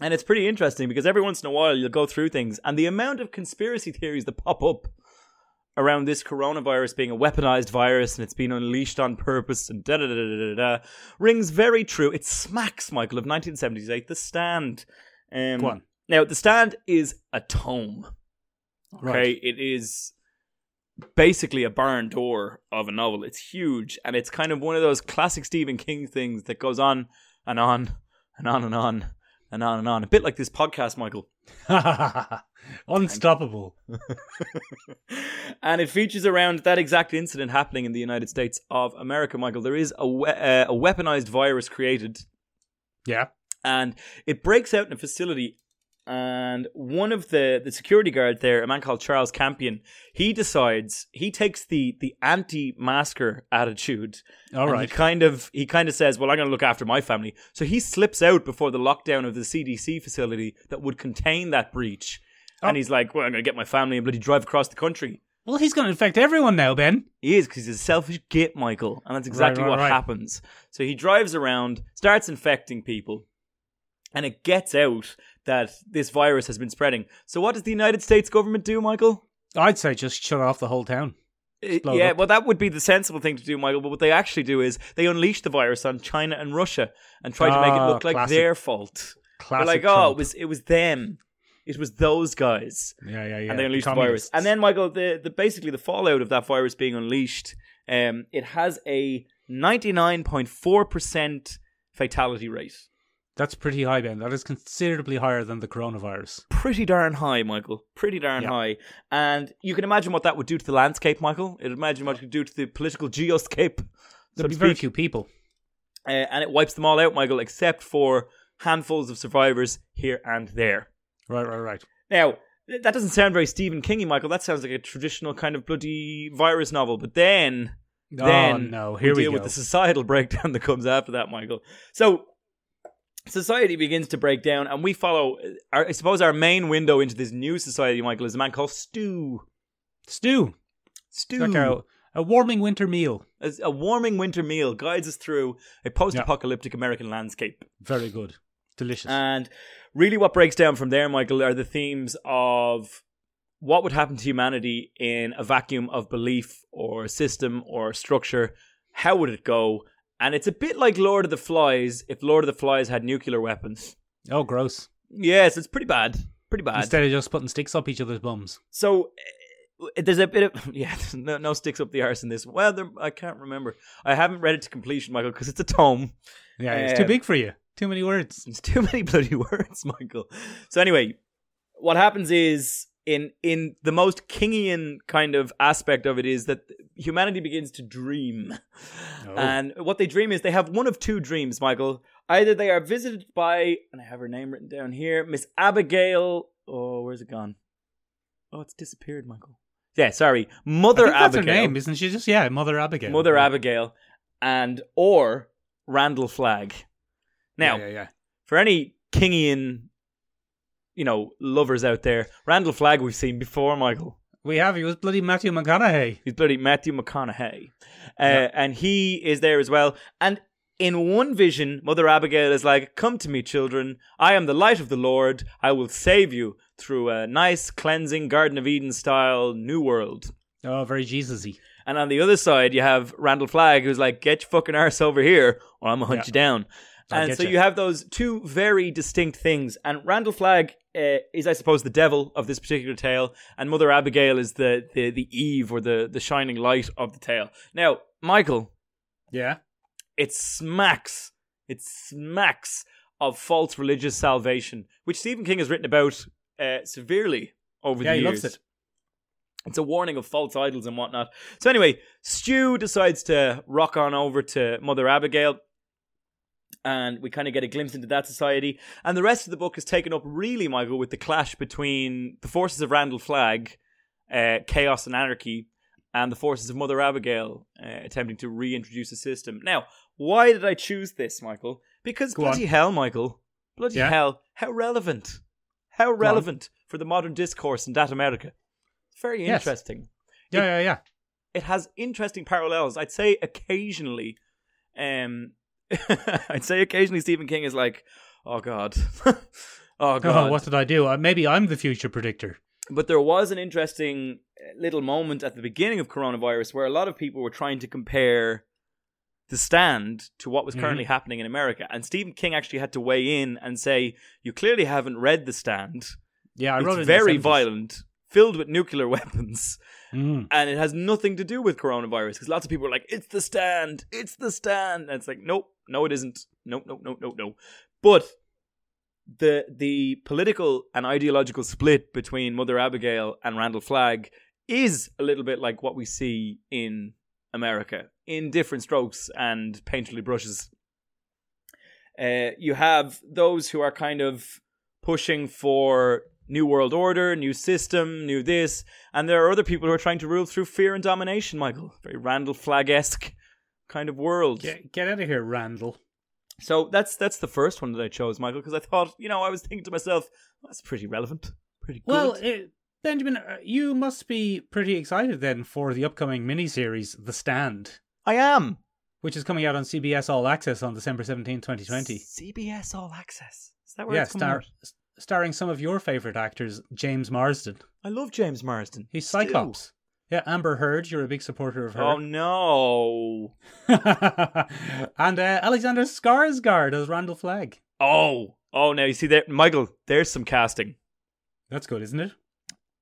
and it's pretty interesting because every once in a while you'll go through things, and the amount of conspiracy theories that pop up around this coronavirus being a weaponized virus and it's been unleashed on purpose and da da da da da da rings very true. It smacks, Michael, of 1978, The Stand. Um,
Go on.
Now, The Stand is a tome. Okay,
Right.
it is basically a barn door of a novel. It's huge, and it's kind of one of those classic Stephen King things that goes on and on and on and on and on and on. A bit like this podcast, Michael.
Unstoppable.
and it features around that exact incident happening in the United States of America, Michael. There is a, we- uh, a weaponized virus created
Yeah.
and it breaks out in a facility and one of the the security guard there, a man called Charles Campion, he decides he takes the the anti-masker attitude.
All
and
right.
He kind of he kind of says, "Well, I'm going to look after my family." So he slips out before the lockdown of the CDC facility that would contain that breach, and he's like, "Well, I'm going to get my family and bloody drive across the country."
Well, he's going to infect everyone now, Ben.
He is because he's a selfish git, Michael, and that's exactly
right,
what
right.
happens. So he drives around, starts infecting people, and it gets out that this virus has been spreading. So what does the United States government do, Michael?
I'd say just shut off the whole town.
It-
blow it
yeah,
up.
well, that would be the sensible thing to do, Michael. But what they actually do is they unleash the virus on China and Russia and try to make it
Ah,
look like
classic.
their fault. They're
Classic.
like, oh, it
Trump.
was it was them, it was those guys.
yeah, yeah, yeah.
and they unleashed the virus.
communists.
And then, Michael, the, the basically the fallout of that virus being unleashed, um, it has a ninety nine point four percent fatality rate.
that's pretty high, Ben. That is considerably higher than the coronavirus.
Pretty darn high, Michael. Pretty darn
Yeah.
high. And you can imagine what that would do to the landscape, Michael. It'd imagine what it could do to the political geoscape. so
There'd
to
be very
speak.
few people.
Uh, and it wipes them all out, Michael, except for handfuls of survivors here and there.
Right, right, right.
Now, th- that doesn't sound very Stephen Kingy, Michael. That sounds like a traditional kind of bloody virus novel. But then
oh
then
no, here we,
deal
go.
with the societal breakdown that comes after that, Michael. So society begins to break down, and we follow. Our, I suppose our main window into this new society, Michael, is a man called Stu.
Stew,
Stu,
like a, a warming winter meal.
As a warming winter meal, guides us through a post-apocalyptic American landscape.
Very good, delicious.
And really, what breaks down from there, Michael, are the themes of what would happen to humanity in a vacuum of belief or system or structure. How would it go? And it's a bit like Lord of the Flies if Lord of the Flies had nuclear weapons.
oh, gross!
Yes, it's pretty bad. Pretty bad.
Instead of just putting sticks up each other's bums.
so eh, there's a bit of yeah, there's no, no sticks up the arse in this. Well, there, I can't remember. I haven't read it to completion, Michael, because it's a tome.
Yeah, it's too
Um,
big for you. Too many words.
It's too many bloody words, Michael. So anyway, what happens is in in the most Kingian kind of aspect of it is that humanity begins to dream.
Oh.
And what they dream is they have one of two dreams, Michael. Either they are visited by and I have her name written down here, Miss Abigail Oh, where's it gone? Oh, it's disappeared, Michael. Yeah, sorry.
I
Mother
think that's her
Abigail.
name, isn't she? Just yeah, Mother Abigail.
Mother
Yeah.
Abigail and or Randall Flagg. Now,
yeah, yeah, yeah.
for any Kingian, you know, lovers out there, Randall Flagg we've seen before, Michael.
we have. He was bloody Matthew McConaughey.
He's bloody Matthew McConaughey. Uh,
Yeah.
And he is there as well. And in one vision, Mother Abigail is like, Come to me, children. I am the light of the Lord. I will save you through a nice, cleansing, Garden of Eden style new world.
Oh, very Jesusy.
And on the other side, you have Randall Flagg, who's like, "Get your fucking arse over here, or I'm gonna hunt
Yeah.
you down."
I
and
get
so
you.
you have those two very distinct things. And Randall Flagg uh, is, I suppose, the devil of this particular tale, and Mother Abigail is the the, the Eve or the the shining light of the tale. Now, Michael,
Yeah.
it smacks, it smacks of false religious salvation, which Stephen King has written about uh, severely over
Yeah,
the
he
years.
loves it.
It's a warning of false idols and whatnot. So anyway, Stu decides to rock on over to Mother Abigail, and we kind of get a glimpse into that society. And the rest of the book is taken up really, Michael, with the clash between the forces of Randall Flagg, uh, chaos and anarchy, and the forces of Mother Abigail uh, attempting to reintroduce a system. Now, why did I choose this, Michael? Because
Go on.
bloody hell, Michael, bloody
Yeah.
hell, how relevant, how relevant for the modern discourse in that America. Very
Yes.
interesting
Yeah, yeah, yeah.
it has interesting parallels. I'd say occasionally, um, I'd say occasionally Stephen King is like, oh god, oh god.
Oh, what did I do? Uh, maybe I'm the future predictor.
But there was an interesting uh, little moment at the beginning of coronavirus where a lot of people were trying to compare the stand to what was
Mhm.
currently happening in America, and Stephen King actually had to weigh in and say, you clearly haven't read the stand.
Yeah, I wrote it.
it's
in the
very
70s.
violent, filled with nuclear weapons.
Mm.
and it has nothing to do with coronavirus because lots of people are like, "It's the stand, it's the stand," and it's like, "Nope, no, it isn't. Nope, nope, nope, nope, no." But the the political and ideological split between Mother Abigail and Randall Flagg is a little bit like what we see in America in different strokes and painterly brushes. Uh, you have those who are kind of pushing for new world order, new system, new this, and there are other people who are trying to rule through fear and domination, Michael. Very Randall Flag esque kind of world.
Get, get out of here, Randall.
So that's that's the first one that I chose, Michael, because I thought, you know, I was thinking to myself, that's pretty relevant, pretty good.
Well, eh, Benjamin, uh, you must be pretty excited then for the upcoming miniseries, The Stand,
I am
which is coming out on CBS All Access on December 17, 2020.
CBS All Access. Is that where
Yeah,
it's coming
star,
out?
s- starring some of your favorite actors, James Marsden.
I love James Marsden.
He's
Still.
Cyclops. Yeah, Amber Heard, you're a big supporter of her.
Oh no!
and uh, Alexander Skarsgård as Randall Flagg.
Oh, oh! Now you see there, Michael. There's some casting.
That's good, isn't it?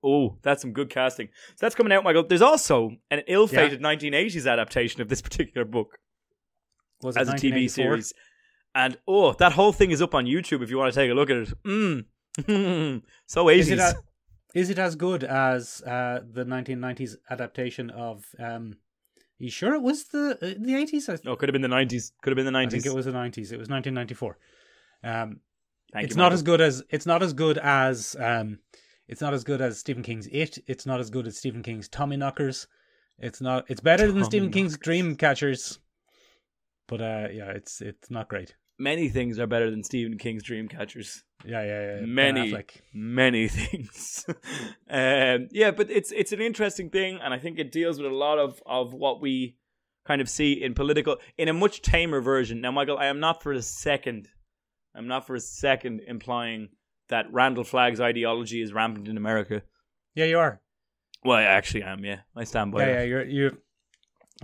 Oh, that's some good casting. So that's coming out, Michael. There's also an ill-fated 1980s adaptation of this particular book
Was
as a TV
1984?
series, and oh, that whole thing is up on YouTube if you want to take a look at it. Mm. so 80s.
Is it, a, is it as good as uh, the 1990s adaptation of? Um, you sure it was the uh, the 80s? I, th-
no, could have Oh, been the 90s. Could have been the 90s.
I think it was the 90s. It was 1994. Um,
Thank
it's
you,
not
Michael.
as good as it's not as good as um, it's not as good as Stephen King's It. It's not as good as Stephen King's Tommy Knockers. It's not. It's better than Stephen King's Dream Catchers. But uh, yeah, it's it's not great.
many things are better than Stephen King's Dreamcatchers.
Yeah, yeah, yeah. Ben
many
Affleck.
many things um yeah but it's it's an interesting thing and i think it deals with a lot of of what we kind of see in political in a much tamer version now michael i am not for a second i'm not for a second implying that randall flagg's ideology is rampant in america
Yeah, you are.
well i actually am yeah i stand by
yeah,
that
yeah. You're you.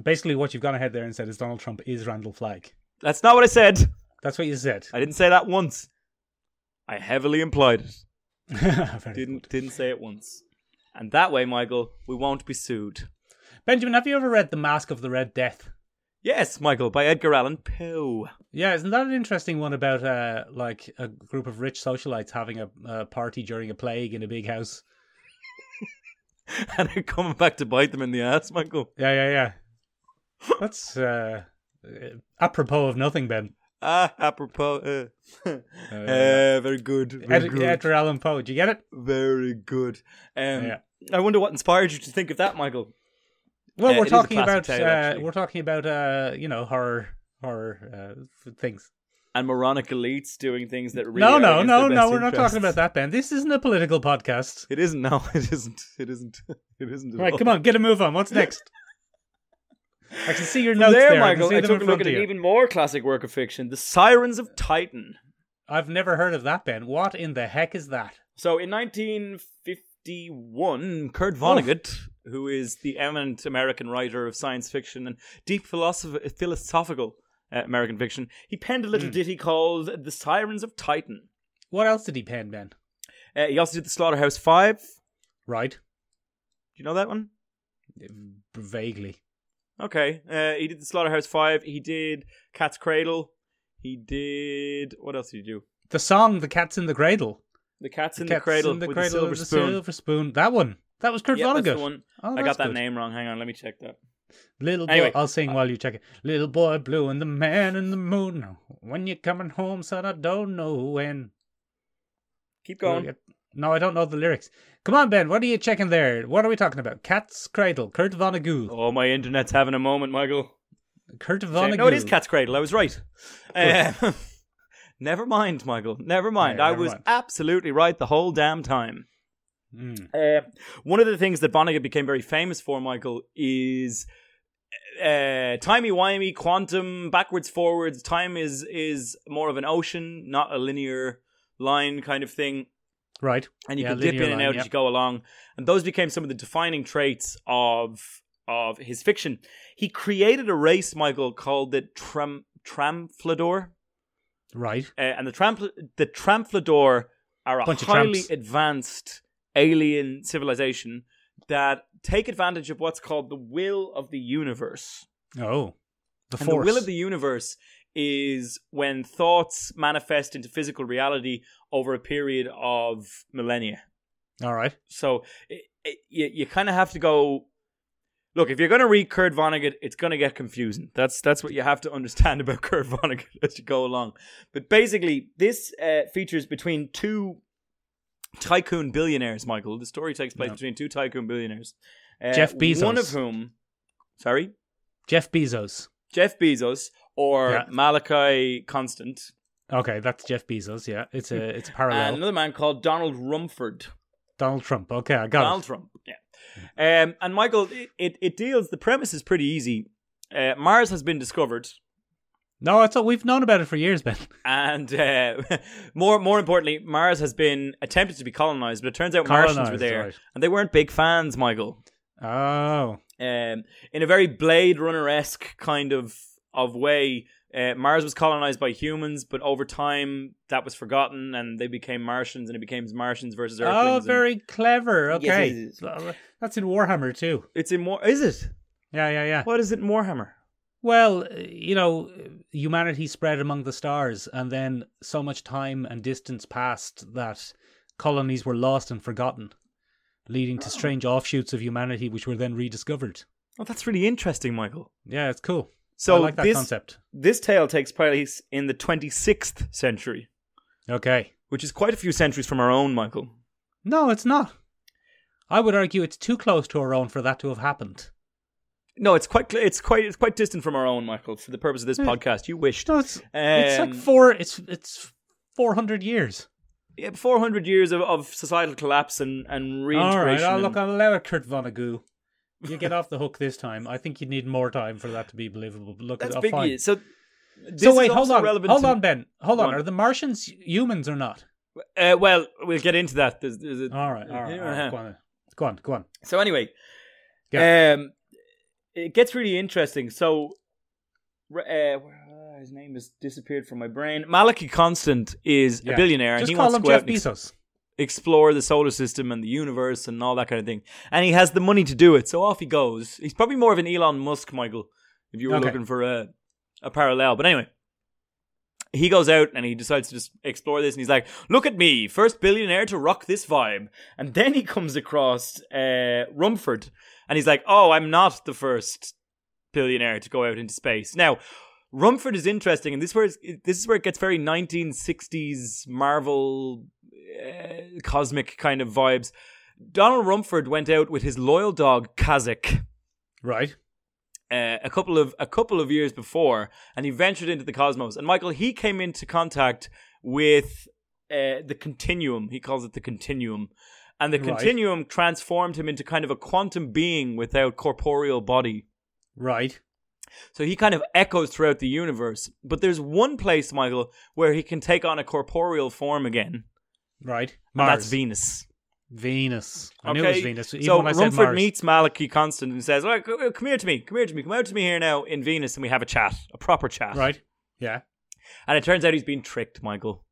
Basically, what you've gone ahead there and said is Donald Trump is Randall Flagg.
that's not what i said
That's what you said.
i didn't say that once i heavily implied it
Very
didn't
good.
didn't say it once and that way michael we won't be sued
Benjamin, have you ever read The Mask of the Red Death?
Yes, Michael, by Edgar Allan Poe.
Yeah, isn't that an interesting one about uh, like a group of rich socialites having a, a party during a plague in a big house?
and they're coming back to bite them in the ass, Michael.
Yeah, yeah, yeah. That's uh, uh, apropos of nothing, Ben.
Ah, apropos. Uh,
Uh,
eh, very good. Very
Ed-
good.
Edgar Allan Poe. Do you get it?
very good. Um,
Yeah.
I wonder what inspired you to think of that, Michael.
Well,
Uh,
we're,
it is a
talking
classic
about,
tale,
uh,
actually.
we're talking about uh, you know horror horror uh, things.
And moronic elites doing things that really.
No,
are
no,
against
no,
their
no.
best
We're not talking about
interests.
that, Ben. This isn't a political podcast.
It isn't. No, it isn't. It isn't. It isn't. At
Right,
all.
come on, get a move on. What's next? I can see your
From
notes
there,
there,
Michael,
I can see
I
them
took
in
a look
front
at
of
an
you.
even more classic work of fiction, The Sirens of Titan.
I've never heard of that, Ben. What in the heck is that?
So in 1951, Kurt Vonnegut, who is the eminent American writer of science fiction and deep philosoph- philosophical uh, American fiction, he penned a little ditty called The Sirens of Titan.
What else did he pen, Ben?
Uh, he also did The Slaughterhouse Five. Do
Right,
you know that one?
vaguely.
Okay. Uh, he did The Slaughterhouse Five. He did Cat's Cradle. He did. What else did he do?
The song "The Cat's in the Cradle."
The Cat's in the
Cat's
Cradle
in the
with
Cradle
the Silver
with the
Spoon.
Silver Spoon. That one. That was Kurt
Yeah,
Vonnegut.
that's the one.
Oh,
I
that's
got that
good.
name wrong. Hang on, let me check that.
Little boy,
Anyway,
I'll sing while you check it. Little boy blue and the man in the moon. When you're coming home, son, I don't know when.
Keep going.
No, I don't know the lyrics. Come on, Ben. What are you checking there? What are we talking about? Cat's Cradle. Kurt Vonnegut.
Oh, my internet's having a moment, Michael.
Kurt
Shame.
Vonnegut.
No, it is Cat's Cradle. I was right. Um, never mind, Michael. Never mind.
Yeah,
I
never
was
mind.
absolutely right the whole damn time.
Mm.
Um, one of the things that Vonnegut became very famous for, Michael, is uh, timey-wimey, quantum, backwards, forwards. Time is is more of an ocean, not a linear line kind of thing
Right.
and you
Yeah,
can dip in
linear
and
line,
out
yeah.
as you go along. And those became some of the defining traits of of his fiction. He created a race, Michael, called the Tram Tramflador,
Right.
uh, and the Tram the Tramflador are a
Bunch of
highly
tramps.
advanced alien civilization that take advantage of what's called the will of the universe.
Oh. The
And
force.
the will of the universe is when thoughts manifest into physical reality over a period of millennia.
All right.
So it, it, you, you kind of have to go. Look, if you're going to read Kurt Vonnegut, it's going to get confusing. That's that's what you have to understand about Kurt Vonnegut as you go along. But basically, this uh, features between two tycoon billionaires, Michael. The story takes place between two tycoon billionaires. Uh,
Jeff Bezos.
One of whom, sorry,
Jeff Bezos.
Jeff Bezos or
Yeah.
Malachi Constant,
Okay, that's Jeff Bezos. Yeah, it's a it's a parallel.
and another man called Donald Rumford.
Donald Trump. Okay, I got
Donald
it.
Trump. Yeah. Um, and Michael, it, it, it deals, the premise is pretty easy. Uh, Mars has been discovered,
No, I thought we've known about it for years, Ben.
and uh, more more importantly, Mars has been attempted to be colonized, but it turns out Martians were
Colonised,
there,
right.
and they weren't big fans, Michael.
Oh,
Um, in a very Blade Runner esque kind of of way, uh, Mars was colonized by humans, but over time that was forgotten, and they became Martians, and it became Martians versus Earthlings.
oh,
and-
very clever.
Yes,
Okay,
yes,
that's in Warhammer too.
It's in more. Is it?
Yeah, yeah, yeah.
What is it in Warhammer?
Well, uh, you know, humanity spread among the stars, and then so much time and distance passed that colonies were lost and forgotten, leading to strange offshoots of humanity, which were then rediscovered.
Oh, that's really interesting, Michael.
Yeah, it's cool.
So
I like that
this
concept.
this tale takes place in the 26th century,
Okay.
which is quite a few centuries from our own, Michael.
No, it's not. I would argue it's too close to our own for that to have happened.
No, it's quite cl- it's quite it's quite distant from our own, Michael. For the purpose of this
Yeah.
podcast, you wished
No, it's it's like
Um,
four. It's it's four hundred years.
yeah, 400 years of, of societal collapse and and
All right.
reintegration.
I'll
and-
look. I'll allow it, Kurt Vonnegut. You get off the hook this time. I think you need more time for that to be believable. But look,
that's
I'll
big.
find-
news. So, this
so
is
wait, hold
also
on,
relevant
hold
to-
on, Ben, hold on.
Go on.
Are the Martians humans or not?
Uh, well, we'll get into that. There's, there's a-
All right, all right, all right. Go on, then. go on, go on.
So anyway, um, it gets really interesting. So, r- uh, where- uh, his name has disappeared from my brain. Malachi Constant is
Yeah.
a billionaire, and
Just
he
call
wants
him
to go
Jeff
out and ex-
Bezos.
explore the solar system and the universe and all that kind of thing. And he has the money to do it, so off he goes. He's probably more of an Elon Musk, Michael, if you were
Okay.
looking for a a parallel. But anyway. He goes out and he decides to just explore this, and he's like, "Look at me, first billionaire to rock this vibe." And then he comes across uh, Rumford, and he's like, "Oh, I'm not the first billionaire to go out into space." Now, Rumford is interesting, and this where it's, this is where it gets very 1960s Marvel uh, cosmic kind of vibes. Donald Rumford went out with his loyal dog Kazakh
Right.
uh, a couple of a couple of years before, and he ventured into the cosmos. And Michael, he came into contact with uh, the continuum. He calls it the continuum, and the
Right.
continuum transformed him into kind of a quantum being without corporeal body.
Right.
So he kind of echoes throughout the universe. But there's one place, Michael, where he can take on a corporeal form again,
Right.
and
Mars.
that's Venus.
Venus. I
Okay.
knew it was Venus. Even
so
when I said
Rumford
Mars.
meets Malachi Constant and says, "Look, come here to me. Come here to me. Come out to me here now in Venus, and we have a chat, a proper chat."
Right. Yeah.
And it turns out he's been tricked, Michael.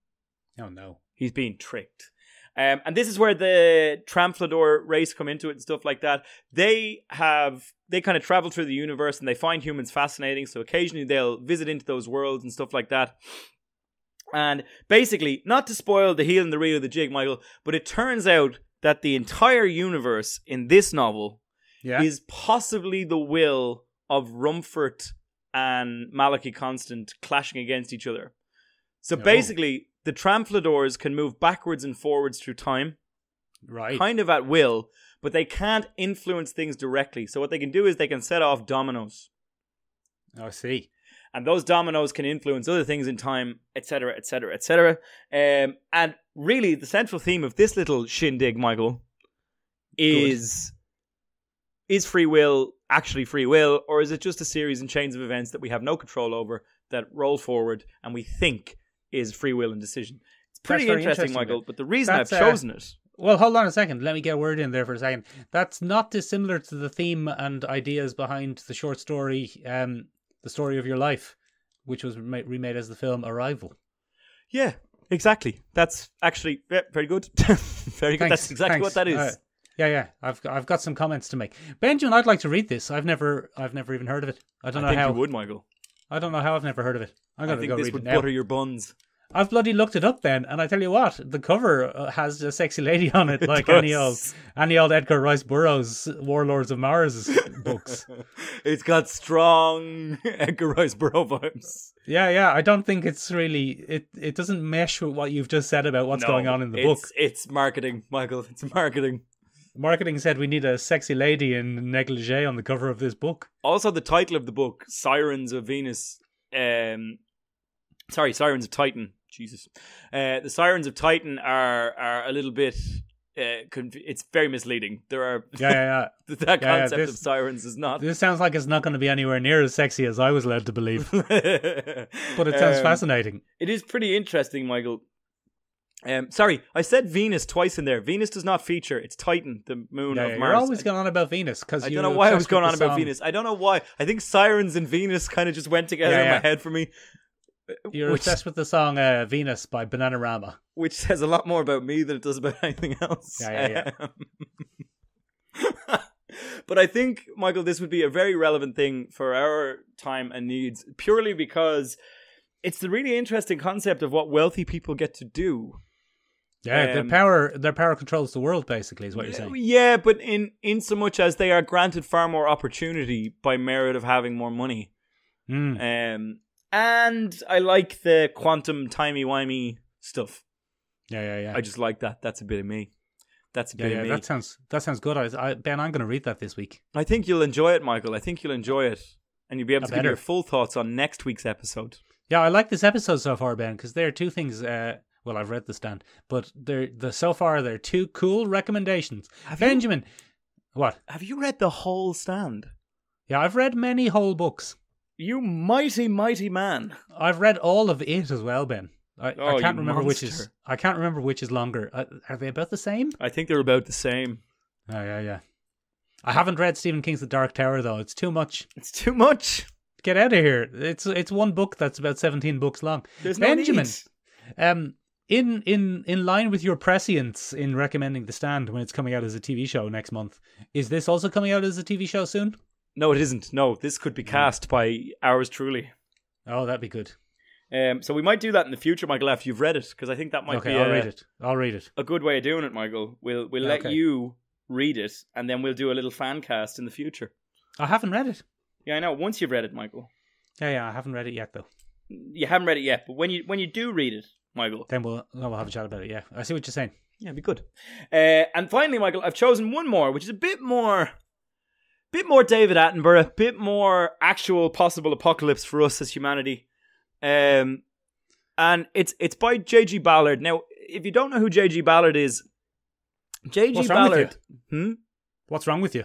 Oh no.
He's been tricked. Um, and this is where the Tramflador race come into it and stuff like that. They have they kind of travel through the universe and they find humans fascinating. So occasionally they'll visit into those worlds and stuff like that. And basically, not to spoil the heel and the reel of the jig, Michael, but it turns out that the entire universe in this novel
Yeah.
is possibly the will of Rumford and Malachi Constant clashing against each other. So
Oh.
basically, the Tramfladors can move backwards and forwards through time,
right.
kind of at will, but they can't influence things directly. So what they can do is they can set off dominoes,
I see.
and those dominoes can influence other things in time, etc., etc., etc. Um, and really, the central theme of this little shindig, Michael, is is free will actually free will, or is it just a series and chains of events that we have no control over that roll forward and we think is free will and decision? It's pretty
very
interesting,
interesting,
Michael.
Ben.
But the reason
That's,
I've
uh,
chosen it,
Well, hold on a second. Let me get a word in there for a second. That's not dissimilar to the theme and ideas behind the short story, um, The Story of Your Life, which was rema- remade as the film Arrival.
yeah, exactly. That's actually yeah, very good, very good.
Thanks,
That's exactly
thanks.
what that is.
Uh, yeah, yeah. I've I've got some comments to make. Benjamin, I'd like to read this. I've never I've never even heard of it. I don't
I
know
think
how
you would, Michael.
I don't know how I've never heard of it. I'm
I
gonna
think
go
this
read
would
it now.
butter your buns.
I've bloody looked it up then, and I tell you what, the cover uh, has a sexy lady on it, like any old
does.
any old Edgar Rice Burroughs Warlords of Mars books.
It's got strong Edgar Rice Burrow vibes.
Yeah, yeah. I don't think it's really it. It doesn't mesh with what you've just said about what's
No,
going on in the
it's,
book.
It's marketing, Michael. It's marketing.
Marketing said we need a sexy lady in negligee on the cover of this book.
Also, the title of the book, Sirens of Venus. Um, sorry, Sirens of Titan. Jesus, uh, the Sirens of Titan are are a little bit. Uh, conf- it's very misleading. There are
Yeah, yeah,
that
Yeah, yeah,
concept
this-
of sirens is
yeah.
not.
this sounds like it's not going to be anywhere near as sexy as I was led to believe, but
but
it sounds fascinating.
It is pretty interesting, Michael. Um, sorry, I said Venus twice in there. Venus does not feature. It's Titan, the moon
Yeah,
of
yeah,
Mars.
you're always going on about Venus because
I don't know why I was going on about Venus. I don't know why. I think sirens and Venus kind of just went together
Yeah,
in
yeah.
my head for me,
You're
which-
obsessed with the song uh, "Venus" by Bananarama.
which says a lot more about me than it does about anything else.
Yeah, yeah,
Um, but I think, Michael, this would be a very relevant thing for our time and needs, purely because it's the really interesting concept of what wealthy people get to do.
Yeah,
Um,
their power, their power controls the world. Basically, is what you're
Yeah,
saying.
Yeah, but in in so much as they are granted far more opportunity by merit of having more money.
Mm.
Um, and I like the quantum timey wimey stuff.
Yeah, yeah, yeah.
I just like that. That's a bit of me. That's a
yeah,
bit
yeah.
of me.
That sounds that sounds good. I, I, ben, I'm going to read that this week.
I think you'll enjoy it, Michael. I think you'll enjoy it, and you'll be able
I
to give
better.
your full thoughts on next week's episode.
Yeah, I like this episode so far, Ben, because there are two things. Uh, well, I've read the stand, but there, the so far there are two cool recommendations.
Have you-
Benjamin, what?
Have you read the whole stand?
Yeah, I've read many whole books.
You mighty mighty man.
I've read all of it as well, Ben. I,
Oh,
I can't
you
remember which is.
monster.
I can't remember which is longer. Uh, are they about the same?
I think they're about the same.
Oh yeah, yeah. I haven't read Stephen King's The Dark Tower though. It's too much.
It's too much.
Get out of here. It's it's one book that's about seventeen books long.
There's no
Benjamin.
need.
Um, in in in line with your prescience in recommending The Stand when it's coming out as a TV show next month, is this also coming out as a TV show soon?
No, it isn't. No, this could be cast by ours truly.
Oh, that'd be good.
Um, so we might do that in the future, Michael, after you've read it, because I think that might
okay,
be uh,
I'll
a,
read it. I'll read it.
a good way of doing it, Michael. We'll we'll let
Okay.
you read it, and then we'll do a little fan cast in the future.
I haven't read it.
Yeah, I know. Once you've read it, Michael,
Yeah, yeah, I haven't read it yet though.
you haven't read it yet, but when you when you do read it, Michael,
Then we'll then we'll have a chat about it. Yeah, I see what you're saying.
yeah, it'd be good. Uh, and finally, Michael, I've chosen one more, which is a bit more, bit more David Attenborough, bit more actual possible apocalypse for us as humanity. Um, and it's it's by J.G. Ballard. Now, if you don't know who J.G. Ballard is, J.G.
What's wrong with
Ballard. Hmm?
What's wrong with you?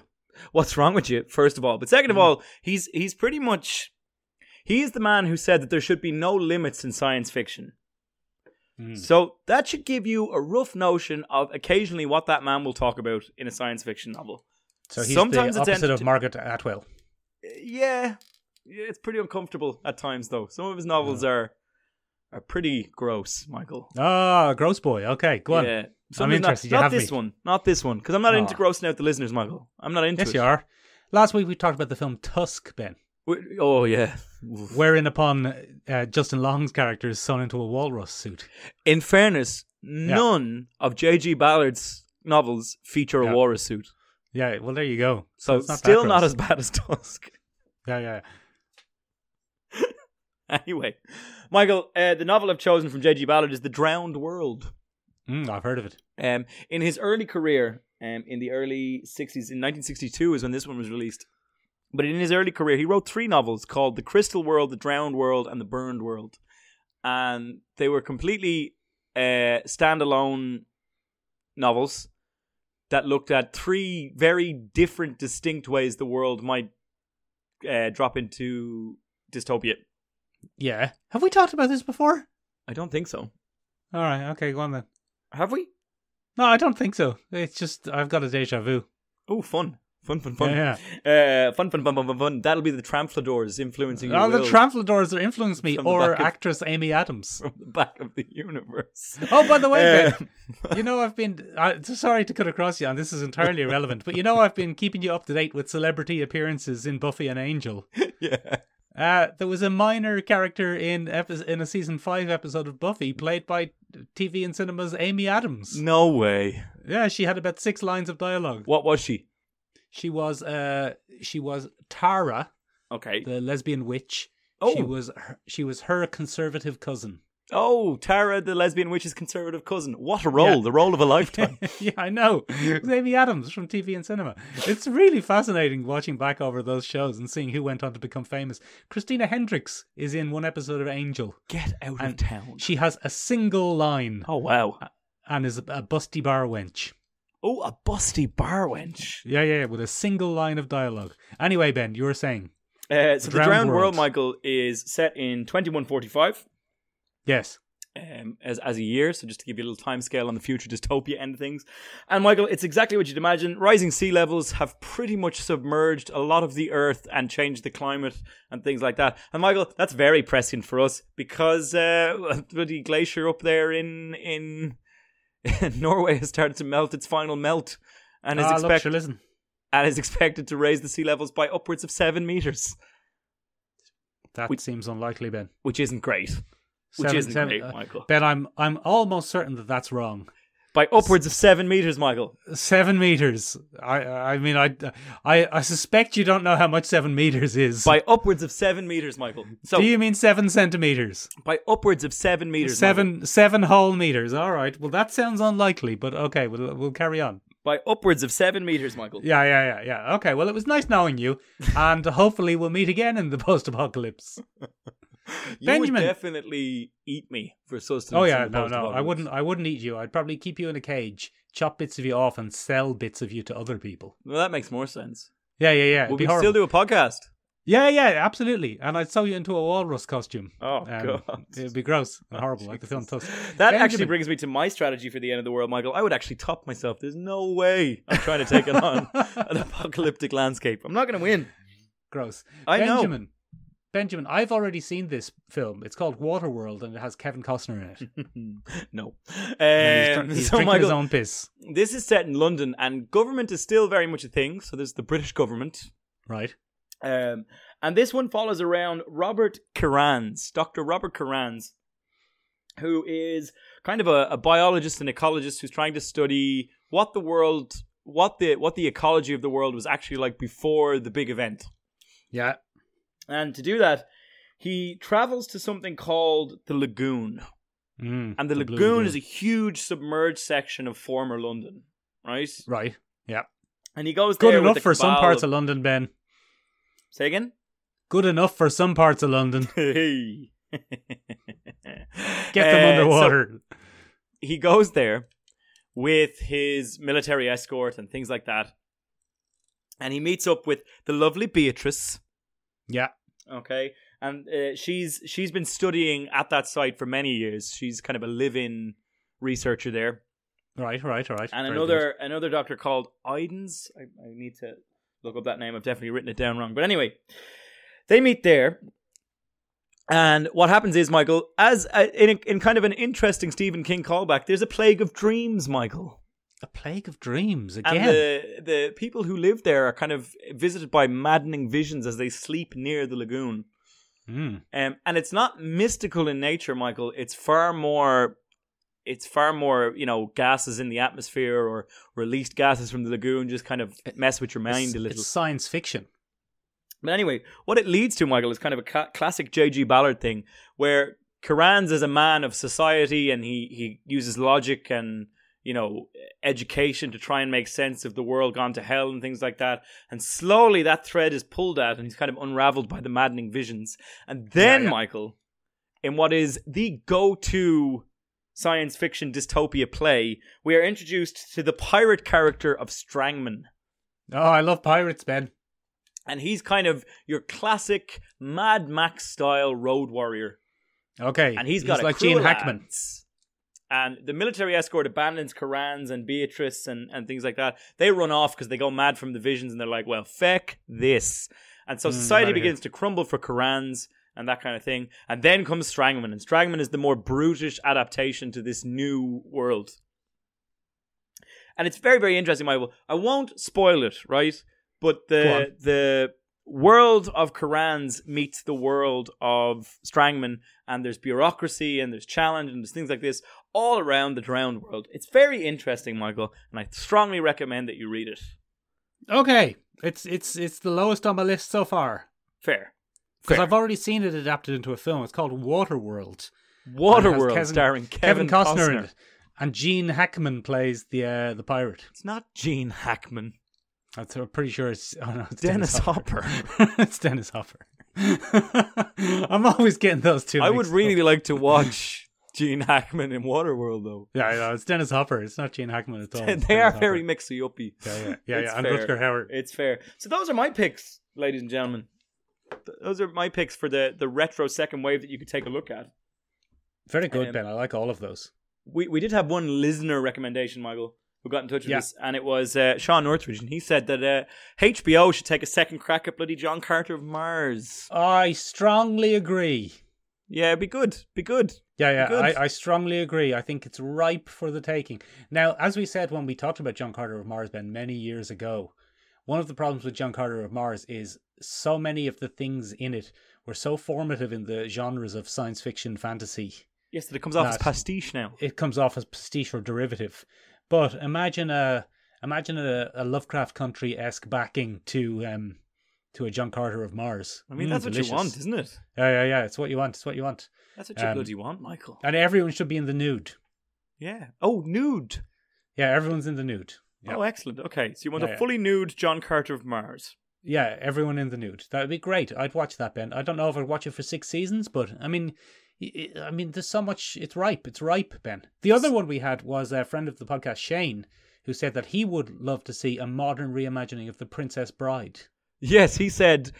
what's wrong with you first of all but second of
Mm.
all he's he's pretty much he is the man who said that there should be no limits in science fiction
Mm.
so that should give you a rough notion of occasionally what that man will talk about in a science fiction novel
So he's
Sometimes
the
it's
opposite of
ent-
Margaret Atwell.
Uh, yeah Yeah, it's pretty uncomfortable at times though some of his novels are are pretty gross michael
Ah, gross boy. Okay, go on.
yeah Some
I'm
is not-
interested. You
Not,
have
this
me.
one. Not this one. Because I'm not
Aw.
into grossing out the listeners, Michael. I'm not into
Yes,
it.
you are. Last week we talked about the film Tusk, Ben,
We- Oh, yeah. Oof.
wherein upon uh, Justin Long's character is sewn into a walrus suit.
In fairness, none of J.G. Ballard's novels feature a
Yeah.
walrus suit.
Yeah, well, there you go.
So
it's not that
still not
gross.
as bad as Tusk.
Yeah, yeah.
anyway, Michael, uh, the novel I've chosen from J.G. Ballard is The Drowned World.
Mm, I've heard of it.
Um, in his early career, um, in the early 60s, in 1962 is when this one was released. But in his early career, he wrote three novels called The Crystal World, The Drowned World, and The Burned World. And they were completely uh, standalone novels that looked at three very different, distinct ways the world might uh, drop into dystopia.
Yeah. Have we talked about this before?
I don't think so.
All right. Okay, go on then.
Have we?
No, I don't think so. It's just I've got a deja vu.
Oh, fun. Fun, fun, fun.
Yeah,
Uh, fun, fun, fun, fun, fun, fun. That'll be the Trampladors influencing
yeah.
your
Oh, the
will
Trampladors are influenced me,
From the
or
back of-
actress Amy Adams.
from the back of the universe.
Oh, by the way, Ben,
Um,
you know I've been I, sorry to cut across you, and this is entirely irrelevant. But you know I've been keeping you up to date with celebrity appearances in Buffy and Angel.
yeah.
Uh, there was a minor character in epi- in a season five episode of Buffy, played by TV and cinema's Amy Adams.
No way.
Yeah, she had about six lines of dialogue.
What was she?
She was uh, she was Tara,
Okay.
the lesbian witch. She
Oh.
was her, she was her conservative cousin.
Oh, Tara, the lesbian witch's conservative cousin. What a role!
Yeah.
The role of a lifetime.
yeah, I know. It was Amy Adams from TV and cinema. It's really fascinating watching back over those shows and seeing who went on to become famous. Christina Hendricks is in one episode of Angel.
Get out
And
of town.
She has a single line
Oh wow.
and is a, a busty bar wench.
Oh, a busty bar wench.
Yeah, yeah, yeah, with a single line of dialogue. Anyway, Ben, you were saying
Uh, so the
Drowned
Drowned,
World.
World. Michael, is set in 2145
yes.
um, as as a year. So just to give you a little time scale on the future dystopia end of things. And Michael, it's exactly what you'd imagine. Rising sea levels have pretty much submerged a lot of the Earth and changed the climate and things like that. And Michael, that's very prescient for us because uh, bloody glacier up there in in Norway has started to melt its final melt. And is,
Ah, look,
expect-
sure, listen.
and is expected to raise the sea levels by upwards of seven meters,
That
We-
seems unlikely, Ben.
which isn't great. Which
Seven-
isn't
seven-
great,
uh,
Michael.
Ben, I'm I'm almost certain that that's wrong.
By upwards of seven meters, Michael.
Seven meters. I I mean I I I suspect you don't know how much seven meters is.
By upwards of seven meters, Michael. So
Do you mean seven centimeters?
by upwards of seven meters, Michael.
seven seven whole meters. All right. Well, that sounds unlikely, but okay. We'll we'll carry on.
By upwards of seven meters, Michael.
Yeah, yeah, yeah, yeah. Okay. Well, it was nice knowing you, and hopefully we'll meet again in the post-apocalypse.
you
Benjamin-
would definitely eat me for sustenance.
Oh yeah,
in the
no, no. I
post-apocalypse.
wouldn't. I wouldn't eat you. I'd probably keep you in a cage, chop bits of you off, and sell bits of you to other people.
Well, that makes more sense.
Yeah, yeah, yeah. It'd
Would
be
we still
horrible.
do a podcast?
yeah, yeah, absolutely. And I'd sew you into a walrus costume.
Oh
Um,
god, Oh,
It'd be gross and horrible, like the film Tusk.
that
Benjamin.
actually brings me to my strategy for the end of the world, Michael. I would actually top myself. There's no way I'm trying to take it on an apocalyptic landscape. I'm not going to win.
Gross.
I know.
Benjamin. Benjamin, I've already seen this film. It's called Waterworld, and it has Kevin Costner in it.
no.
And he's
Um,
dr- he's
so,
drinking
Michael,
his own piss,
this is set in London, and government is still very much a thing. So there's the British government,
right?
um, and this one follows around Robert Carranz, Doctor Robert Carranz, who is kind of a, a biologist and ecologist who's trying to study what the world, what the what the ecology of the world was actually like before the big event.
Yeah.
And to do that, he travels to something called the Lagoon.
Mm,
And the,
Blue
lagoon is a huge submerged section of former London, right?
right.
And he goes
Good
there
enough
with
for some parts of London, Ben.
Say again.
Good enough for some parts of London.
Hey.
Get them
Uh, so
underwater.
he goes there with his military escort and things like that, and he meets up with the lovely Beatrice.
yeah.
Okay, and uh, she's she's been studying at that site for many years. She's kind of a live-in researcher there.
Right, right, right.
and
Very
another another doctor called Idens. I, I need to look up that name. I've definitely written it down wrong. But anyway, they meet there, and what happens is Michael, as a, in a, in kind of an interesting Stephen King callback, there's a plague of dreams, Michael,
good. A plague of dreams
and
again.
the the people who live there are kind of visited by maddening visions as they sleep near the lagoon.
Mm.
Um, and it's not mystical in nature, Michael. It's far more, it's far more, you know, gases in the atmosphere or released gases from the lagoon just kind of mess with your mind
It's-
a little.
It's science fiction.
But anyway, what it leads to, Michael, is kind of a ca- classic J.G. Ballard thing where Karanz is a man of society and he, he uses logic and, you know, education to try and make sense of the world gone to hell and things like that. And slowly that thread is pulled out and he's kind of unraveled by the maddening visions. And then,
Yeah, yeah.
Michael, in what is the go to science fiction dystopia play, we are introduced to the pirate character of Strangman
Oh, I love pirates, Ben.
and he's kind of your classic Mad Max style road warrior,
Okay.
and he's got a
like
crew
Gene
of
Hackman.
lads. And the military escort abandons Karanz and Beatrice and, and things like that. They run off because they go mad from the visions, and they're like, "Well, feck this." And so
Mm,
society
outta here.
begins to crumble for Karanz and that kind of thing. And then comes Strangman, and Strangman is the more brutish adaptation to this new world. And it's very, very interesting, Michael. I won't spoil it, right? But
Go on.
the the world of Karan's meets the world of Strangman, and there's bureaucracy and there's challenge and there's things like this all around the drowned world. It's very interesting, Michael, and I strongly recommend that you read it.
Okay. It's it's it's the lowest on my list so far.
Fair.
Because
Fair.
I've already seen it adapted into a film. It's called Waterworld. and it has
Waterworld, starring
Kevin
Kevin,
Costner, in it. and Gene Hackman plays the uh, the pirate.
It's not Gene Hackman.
That's, I'm pretty sure it's, oh no, it's
Dennis Hopper.
it's Dennis Hopper. I'm always getting those two.
I would
mixed
really
up.
like to watch Gene Hackman in Waterworld, though.
Yeah, I know, it's Dennis Hopper. It's not Gene Hackman at all. It's
they are
Dennis
very
Hopper.
mixy uppy.
Yeah, yeah, yeah.
It's
yeah. And
fair.
Rutger Howard.
It's fair. So those are my picks, ladies and gentlemen. Th- Those are my picks for the, the retro second wave that you could take a look at.
Very good,
um,
Ben. I like all of those.
We we did have one listener recommendation, Michael, who got in touch with
Yeah.
us, and it was uh, Sean Northridge, and he said that uh, HBO should take a second crack at bloody John Carter of Mars.
I strongly agree.
Yeah, be good, be good.
Yeah, yeah,
Good.
I, I strongly agree. I think it's ripe for the taking. Now, as we said when we talked about John Carter of Mars, Ben, many years ago, one of the problems with John Carter of Mars is so many of the things in it were so formative in the genres of science fiction fantasy.
Yes, that it comes off as
Nice.
pastiche now.
It comes off as pastiche or derivative. But imagine a imagine a, a Lovecraft Country esque backing to um to a John Carter of Mars.
I mean,
Mm,
that's what
delicious.
you want, isn't it?
Yeah, yeah, yeah. It's what you want. It's what you want.
That's what you
Um,
bloody want, Michael.
And everyone should be in the nude.
Yeah. Oh, nude.
Yeah, everyone's in the nude. Yeah.
Oh, excellent. Okay, so you want
Yeah,
a
yeah.
fully nude John Carter of Mars?
Yeah, everyone in the nude. That would be great. I'd watch that, Ben. I don't know if I'd watch it for six seasons, but I mean, y- y- I mean, there's so much. It's ripe. It's ripe, Ben. The other one we had was a friend of the podcast, Shane, who said that he would love to see a modern reimagining of the Princess Bride.
Yes, he said,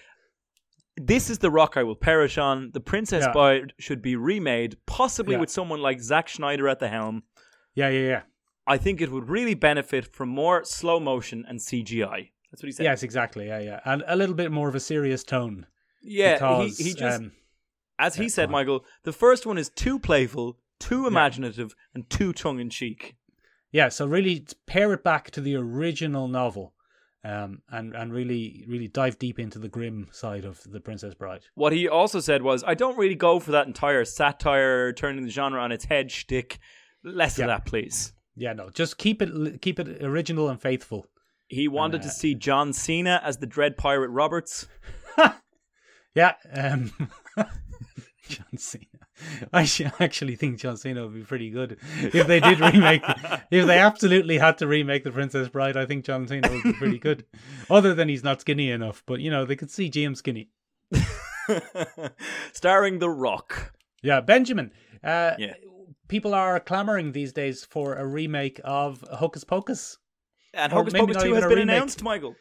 "This is the rock I will perish on." The Princess
Yeah.
Bride should be remade, possibly
Yeah.
with someone like Zack Schneider at the helm.
Yeah, yeah, yeah.
I think it would really benefit from more slow motion and CGI. That's what he said.
Yes, exactly. Yeah, yeah, and a little bit more of a serious tone.
yeah.
because,
he, he just,
um,
as he
yeah,
said,
go on.
Michael, the first one is too playful, too imaginative, and too tongue in cheek.
yeah. So really t- pare it back to the original novel, um, and and really really dive deep into the grim side of the Princess Bride.
What he also said was, "I don't really go for that entire satire, turning the genre on its head shtick. Less
Yeah.
of that, please."
Yeah, no, just keep it keep it original and faithful.
He wanted to
uh,
see John Cena as the Dread Pirate Roberts.
Yeah, um, John Cena. I sh- actually think John Cena would be pretty good if they did remake. if they absolutely had to remake the Princess Bride, I think John Cena would be pretty good. Other than he's not skinny enough, but you know they could see GM skinny.
starring The Rock.
Yeah, Benjamin. Uh,
Yeah.
People are clamoring these days for a remake of Hocus Pocus.
And
Or
Hocus
maybe
Pocus
not
2
even
has
a
been
remake.
announced, Michael.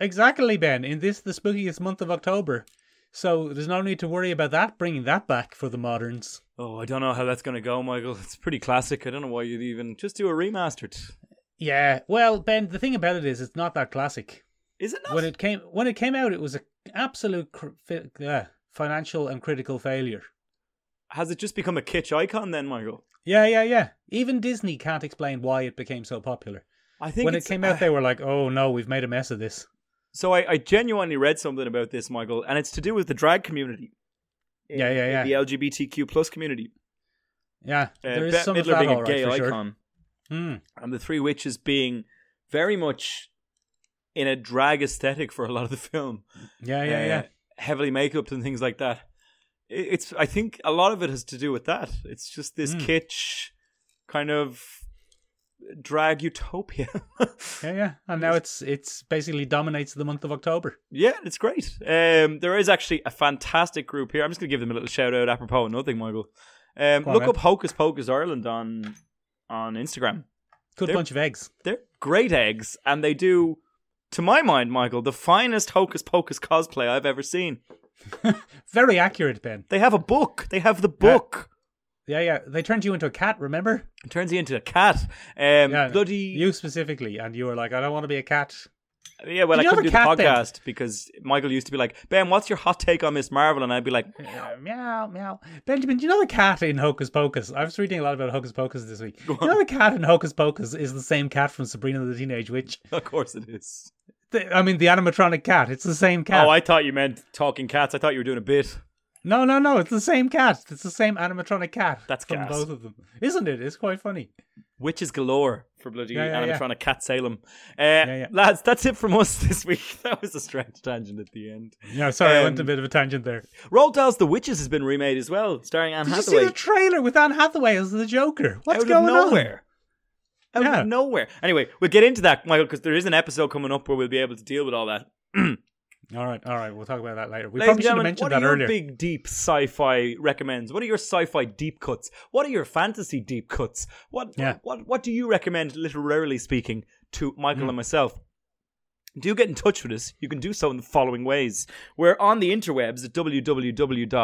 Exactly, Ben. In this, the spookiest month of October, so there's no need to worry about that bringing that back for the moderns.
Oh, I don't know how that's going to go, Michael. It's pretty classic. I don't know why you'd even just do a remastered.
Yeah, well, Ben, the thing about it is, it's not that classic.
Is it not?
When it came when it came out, it was an absolute cr- fi- uh, financial and critical failure.
Has it just become a kitsch icon then, Michael?
Yeah, yeah, yeah. Even Disney can't explain why it became so popular.
I think
When it
it's-
came out, they were like, "Oh no, we've made a mess of this."
So I, I genuinely read something about this, Michael, and it's to do with the drag community. In-
Yeah, yeah,
in
yeah.
The LGBTQ plus community.
Yeah,
Uh,
there is
Bette
some
Midler
of that,
being
all
a
right,
gay
for sure.
icon.
Hmm.
and the three witches being very much in a drag aesthetic for a lot of the film.
Yeah, yeah,
Uh,
yeah.
Heavily makeup and things like that. I- It's I think a lot of it has to do with that. It's just this
Mm.
kitsch kind of drag utopia.
Yeah, yeah, and now it's it's basically dominates the month of October.
yeah, it's great. Um, there is actually a fantastic group here. I'm just gonna give them a little shout out apropos of nothing, Michael. Um,
Go on,
look
man.
up Hocus Pocus Ireland on on Instagram.
Good
They're-
bunch of eggs.
they're great eggs, and they do, to my mind, Michael, the finest Hocus Pocus cosplay I've ever seen.
Very accurate, Ben.
They have a book. They have the book.
Yeah, yeah. They turned you into a cat. Remember?
It turns you into a cat. Um,
Yeah,
bloody
You specifically, and you were like, "I don't want to be a cat."
yeah. Well,
Did
I
you have
couldn't
a
do the
cat then?
podcast because Michael used to be like, Ben, what's your hot take on Miss Marvel? And I'd be like,
Meow, meow, meow. Benjamin, do you know the cat in Hocus Pocus? I was reading a lot about Hocus Pocus this week. You know the cat in Hocus Pocus is the same cat from Sabrina the Teenage Witch.
Of course it is.
The, I mean, the animatronic cat. It's the same cat.
Oh, I thought you meant talking cats. I thought you were doing a bit.
No, no, no. It's the same cat. It's the same animatronic cat.
That's
from
gas.
both of them, isn't it? It's quite funny.
Witches galore for bloody
Yeah, yeah, yeah.
animatronic Cat Salem. Uh,
yeah.
Lads, that's it from us this week. That was a strange tangent at the end.
Yeah, sorry, I went a
Um,
bit of a tangent there.
Roald Dahl's The Witches has been remade as well, starring Anne
Did you
Hathaway.
see the trailer with Anne Hathaway as the Joker? What's
out
going
of nowhere. Out
Yeah.
of nowhere. Anyway, we'll get into that, Michael, because there is an episode coming up where we'll be able to deal with all that.
on? All right, all right, we'll talk about that later. We
Ladies
probably
and
should have mentioned
gentlemen, what
that
are
earlier.
your big deep sci-fi recommends? What are your sci-fi deep cuts? What are your fantasy deep cuts? What
Yeah.
what what do you recommend literarily speaking to
Hmm.
Michael and myself? Do get in touch with us. You can do so in the following ways. We're on the interwebs at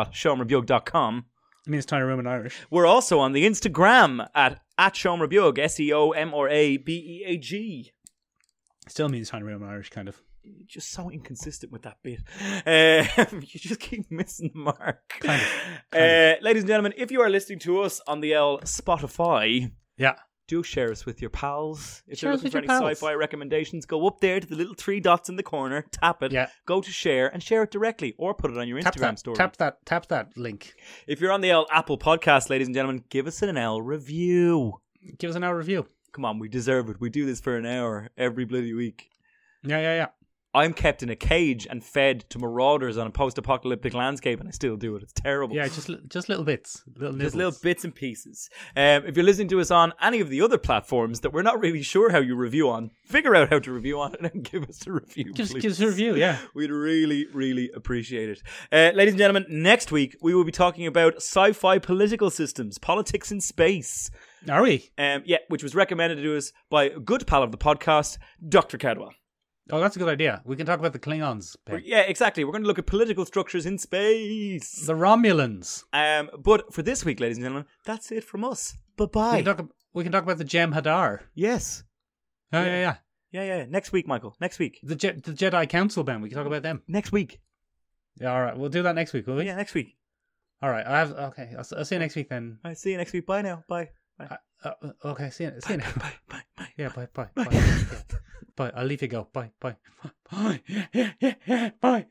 www.seanrebuke.com.
It means tiny room in Irish.
We're also on the Instagram at, at Sean Rabiog, S E O M R A B E A G.
Still means tiny room in Irish, kind of.
Just so inconsistent with that bit. Um, you just keep missing the mark.
Kind of,
uh, ladies and gentlemen, if you are listening to us on the L Spotify,
Yeah,
do share us with your pals. If
Share
you're
us
looking
with
for
your
any
pals.
sci-fi recommendations, go up there to the little three dots in the corner, tap it,
Yeah.
go to share, and share it directly, or put it on your
tap
Instagram
that,
story.
tap that, tap that link.
If you're on the L Apple Podcast, ladies and gentlemen, give us an L review.
Give us an hour review.
Come on, we deserve it. We do this for an hour every bloody week.
Yeah, yeah, yeah.
I'm kept in a cage and fed to marauders on a post-apocalyptic landscape, and I still do it. It's terrible.
Yeah, just li- just little bits, little nibbles.
There's little bits and pieces. Um, if you're listening to us on any of the other platforms that we're not really sure how you review on, figure out how to review on it and give us a review.
Give us-
please.
give us a review, yeah.
We'd really, really appreciate it. Uh, ladies and gentlemen, next week we will be talking about sci fi political systems, politics in space.
Are we?
Um, yeah, which was recommended to us by a good pal of the podcast, Dr. Cadwell.
Oh, that's a good idea. We can talk about the Klingons, Ben.
Yeah, exactly. We're going to look at political structures in space.
the Romulans.
Um, but for this week, ladies and gentlemen, that's it from us. Bye
We
bye.
can talk. ab- We can talk about the Jem'Hadar.
yes.
Oh, yeah, yeah. yeah.
Yeah, yeah. Next week, Michael. Next week.
The, Je- the Jedi Council, Ben. We can talk about them.
Next week.
Yeah, all right. We'll do that next week, will we?
Yeah, next week.
All right. I have. Okay. I'll, s will see you next week then.
All right. See you next week. Bye now. Bye. Bye.
Uh, uh, okay. See you. See you.
Bye. Bye. Bye.
Yeah. Bye. Bye. Bye. yeah. bye. I'll leave you go. Bye. Bye. Bye. Bye.